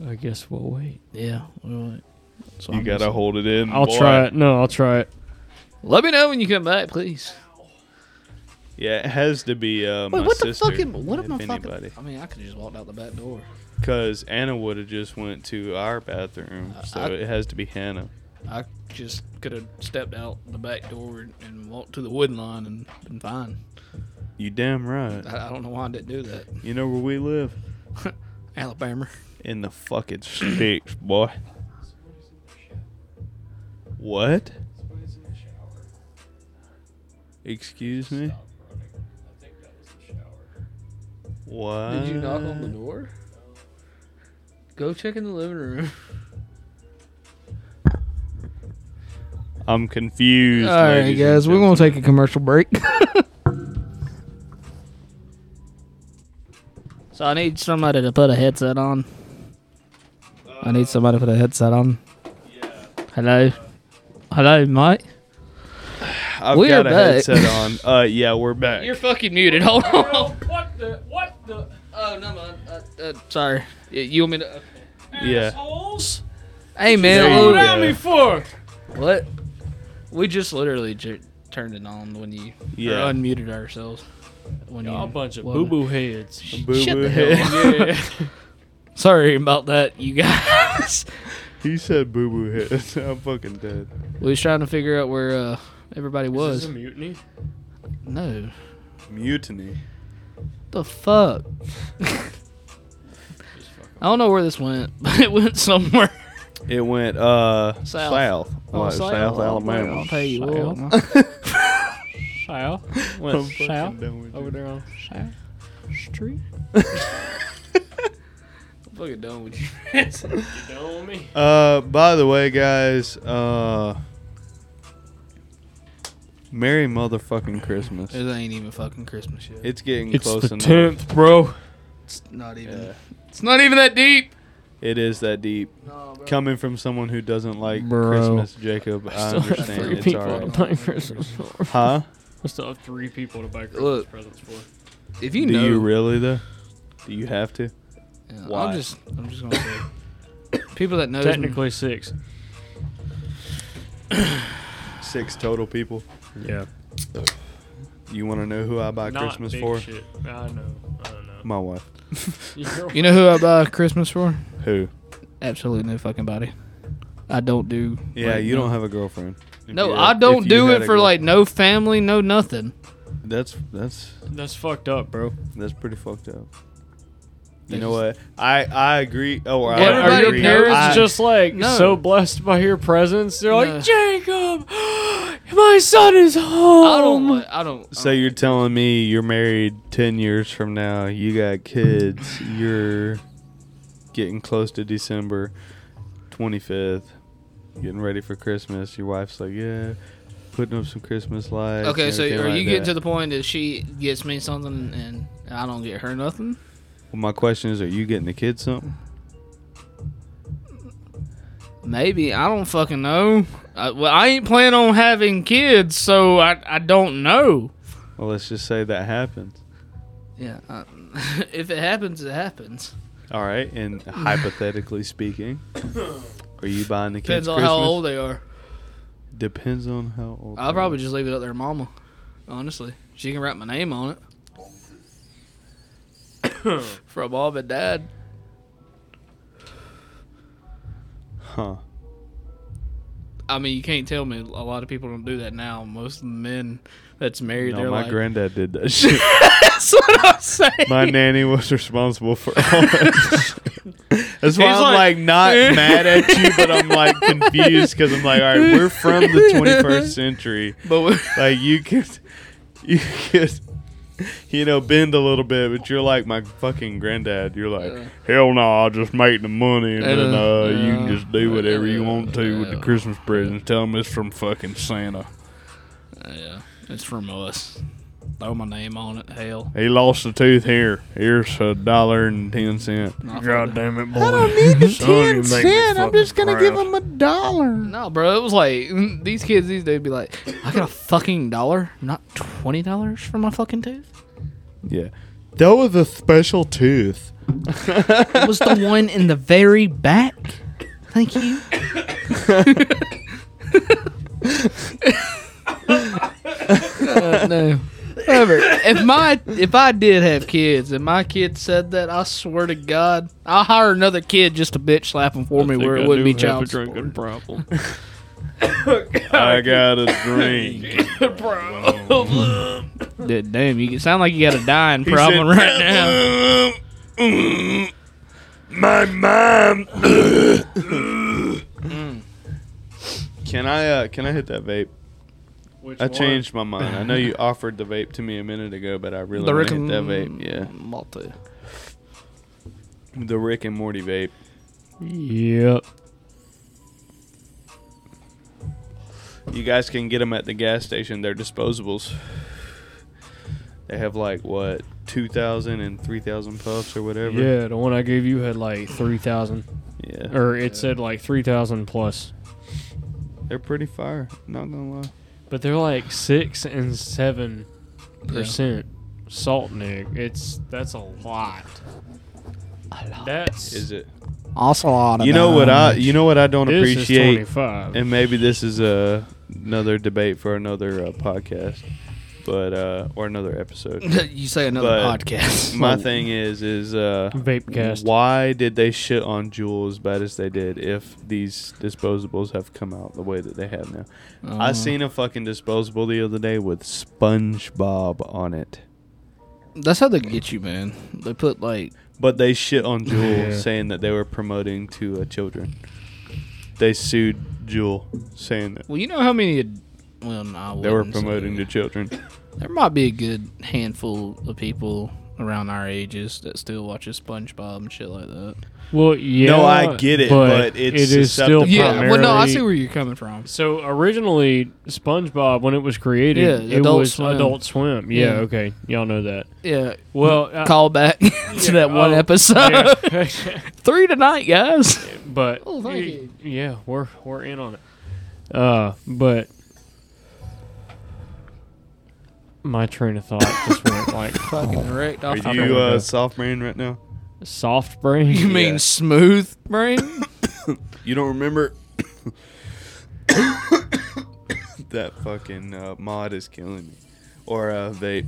I guess we'll wait. Yeah, we'll uh, wait. So you I'm gotta just- hold it in. I'll boy. try it. No, I'll try it. Let me know when you come back, please. Yeah, it has to be uh, my Wait, what the sister. fucking? What am I if fucking? anybody. I mean, I could have just walked out the back door. Because Anna would have just went to our bathroom, so Uh, I- it has to be Hannah. I just could have stepped out the back door and, and walked to the wooden line and been fine. You damn right. I, I don't know why I didn't do that. You know where we live? Alabama. In the fucking sticks, boy. What? Excuse me? What? Did you knock on the Uh. door? Go check in the living room. I'm confused. All right, ladies and guys, we're gonna gentlemen. take a commercial break. so I need somebody to put a headset on. I need somebody to put a headset on. Hello, hello, Mike. I've we got are a back. headset on. Uh, yeah, we're back. You're fucking muted. Hold on. What the? What the? Oh no, man. Uh, uh, sorry. Y- You want me to? uh, yeah. Assholes? Hey man. There you oh, go. Yeah. me for? What? We just literally ju- turned it on when you or Yeah. unmuted ourselves. When Y'all a bunch of Well, boo boo heads. Boo Shut boo the hell head. yeah. Sorry about that, you guys. He said boo boo head. I'm fucking dead. we was trying to figure out where uh, everybody Was was. a mutiny? no. Mutiny. The fuck? I don't know where this went, but it went somewhere. It went uh South. south, Oh, Like South. South Oh, Alabama. I'll tell you what. South. I'm Went fucking south. done with Over you. there on South Street. I'm fucking done with you. You done with me? Uh, by the way, guys, uh, Merry motherfucking Christmas. It ain't even fucking Christmas yet. It's getting It's close the enough. 10th, bro. It's not even. Yeah, It's not even that deep. it is that deep. No, bro. Coming from someone who doesn't like Bro. Christmas, Jacob, I still have understand. three It's people alright. to buy Christmas for. Huh? I still have three people to buy Christmas Look. presents for. If you Do know, you really though? Do you have to? Yeah, Why? I'm just, I'm just gonna say, people that know Technically six. Six total people. Yeah. You want to know who I buy Christmas big for? Shit. I know. I know. My wife. you know who I buy Christmas for? Who? Absolutely no fucking body. I don't do. Yeah, like, you no- don't have a girlfriend. If No, you- I if don't you do had it a for girl- like no family, no nothing. That's that's That's fucked up, bro. That's pretty fucked up. You That's know what? I I agree. Oh, What I I about Everybody your agree. parents I- just like No. so blessed by your presence. They're No. like, Jacob, my son is home. I don't. like- I don't. So I don't- you're telling me you're married ten years from now? You got kids. You're getting close to December. 25th, getting ready for Christmas. Your wife's like, yeah, putting up some Christmas lights. Okay, and so everything are like you getting that. to the point that she gets me something and I don't get her nothing? Well, my question is, are you getting the kids something? Maybe I don't fucking know. Uh, well, I ain't planning on having kids, so I I don't know. Well, let's just say that happens. Yeah, uh, if it happens, it happens. All right, and hypothetically speaking, are you buying the kids Depends on Christmas? how old they are. Depends on how old. I'll they probably are. just leave it up there, Mama. Honestly, she can write my name on it from mom and dad. Huh. I mean, you can't tell me a lot of people don't do that now. Most men that's married, No, they're my like, granddad did that shit. that's what I'm saying. my nanny was responsible for all that. That's why He's I'm like- like, not mad at you, but I'm like confused because I'm like, all right, we're from the 21st century. but we- Like you could, you could, you know, bend a little bit, but you're like my fucking granddad. You're like, hell no, I'll just make the money and then uh, you can just do whatever you want to with the Christmas presents. Tell them it's from fucking Santa. yeah, it's from us. Throw my name on it. Hell, He lost a tooth here. Here's a dollar and ten cent. God damn it, boy. him a dollar. No, bro, it was like mm, these kids these days be like, I got a fucking dollar, not twenty dollars for my fucking tooth. Yeah. That was a special tooth. It was the one in the very back. Thank you. Uh, no. Ever. If my if I did have kids and my kid said that, I swear to God, I'll hire another kid just to bitch slap him for me where it wouldn't be child support. drinking problem. I got a drink. Dude, damn, you sound like you got a dying problem right now. My mom. can I uh, can I hit that vape? I changed my mind. I know you offered the vape to me a minute ago, but I really The want Rick to hit and that vape. Yeah, Malta. the Rick and Morty vape. Yep. You guys can get them at the gas station. They're disposables. They have like what 2,000 and 3,000 puffs or whatever. Yeah, Er. the one I gave you had like three thousand, yeah. or it said like three thousand plus. They're pretty fire. Not gonna lie. But they're like six and seven percent salt, Nick. It's that's a lot. That's Is it? Also, a lot of You know what them. I? You know what I don't this is twenty appreciate, five. and maybe this is uh, another debate for another uh, podcast, but uh, or another episode. you say another But podcast. My thing is, is uh, Vapecast. Why did they shit on Juul as bad as they did? If these disposables have come out the way that they have now, I seen a fucking disposable the other day with SpongeBob on it, That's how they get you, man. They put like but they shit on Juul, Yeah. saying that they were promoting to uh, children. They sued Juul, saying that well, you know how many. ad- Well, no, I they were wouldn't say- promoting to children. There might be a good handful of people around our ages that still watches SpongeBob and shit like that. Well, yeah. No, I get it, but it's it is still susceptible. Yeah, well, no, I primarily- see where you're coming from. So originally, SpongeBob when it was created, Yeah, it Adult was Swim. Adult Swim. Yeah, Yeah. okay, y'all know that. Yeah, Well, I- call back to that one oh, episode. yeah. Three tonight, guys. but Oh, thank you. yeah, we're we're in on it. Uh, but my train of thought just went like Fucking wrecked off. Oh, Are the- you know. uh, soft brain right now? soft brain. you mean yeah. smooth brain? You don't remember? that fucking uh, mod is killing me. Or uh, vape.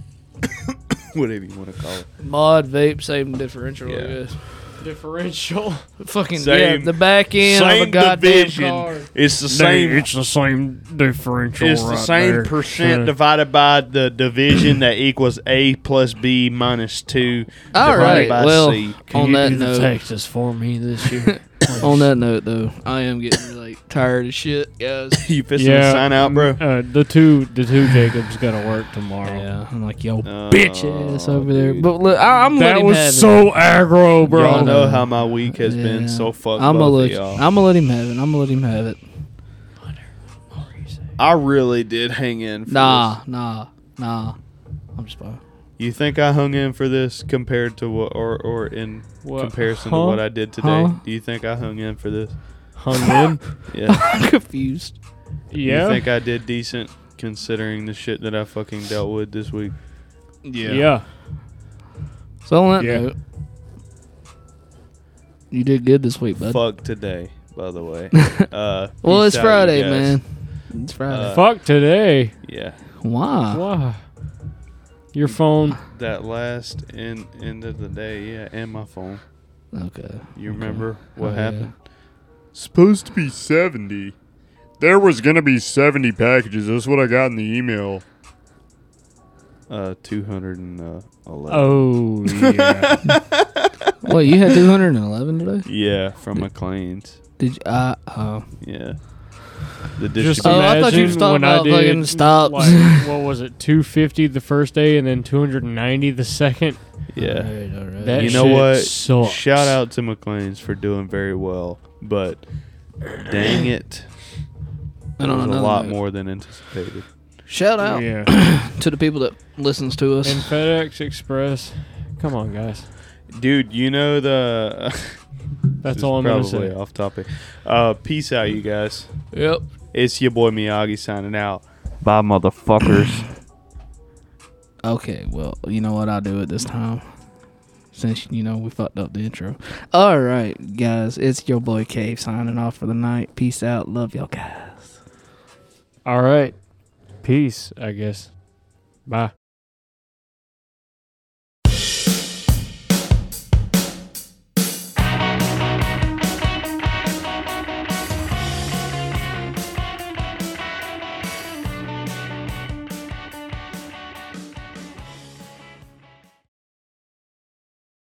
Whatever you want to call it. Mod vape, same differential. I Yeah. guess. differential? Fucking Same- yeah, the back end of a goddamn car. It's the Same, same. it's the same differential. It's the right same there. percent divided by the division that equals a plus b minus two All divided right. by Well, c. Can on you that do the note, taxes for me this year? on that note though, I am getting like tired as shit, guys. you fixing to sign out, bro? Mm. Uh, the two, the two Jacobs got to work tomorrow. Yeah, I'm like yo, Oh, bitch ass over there. But look, I, I'm that letting him was have so it. aggro, bro. Y'all know no. how my week has Yeah. been so fucked. I'm both gonna of let, y'all. I'm gonna let him have it. I'm gonna let him have it. I really did hang in. For Nah, this. nah, nah. I'm just playing. You think I hung in for this compared to what, or or in What? comparison Huh? to what I did today? Huh? Do you think I hung in for this? Hung in. Yeah. I'm confused. Yeah. You think I did decent considering the shit that I fucking dealt with this week? yeah. So on that Yeah. note, you did good this week, bud. Fuck today, by the way. Uh, well, peace it's out, you Friday, guys. man. It's Friday. Uh, Fuck today. Yeah. Why? Why? Your phone. That last in, end of the day, yeah, and my phone. Okay. You remember what Oh, yeah. happened? Supposed to be 70. There was going to be 70 packages. That's what I got in the email. Uh, 211. Oh yeah. Wait, you had 211 today? Yeah, from McLean's. Did you? Uh, oh. Yeah. The Just distribution. Oh, I thought you imagine was talking when I about did, fucking stops. Like, what was it? Two fifty the first day, and then two hundred and ninety the second. All yeah. right, all right. That you know shit what? sucks. Shout out to McLean's for doing very well, but dang it. I It don't was know a lot that. more than anticipated. Shout out Yeah. to the people that listens to us. and FedEx Express. Come on, guys. Dude, you know the. That's This all is I'm gonna probably say. off topic. Uh, peace out, you guys. yep. It's your boy Miyagi signing out. Bye, motherfuckers. Okay, well, you know what? I'll do it this time. Since, you know, we fucked up the intro. All right, guys. It's your boy Cave signing off for the night. Peace out. Love y'all guys. All right. Peace. I guess. Bye.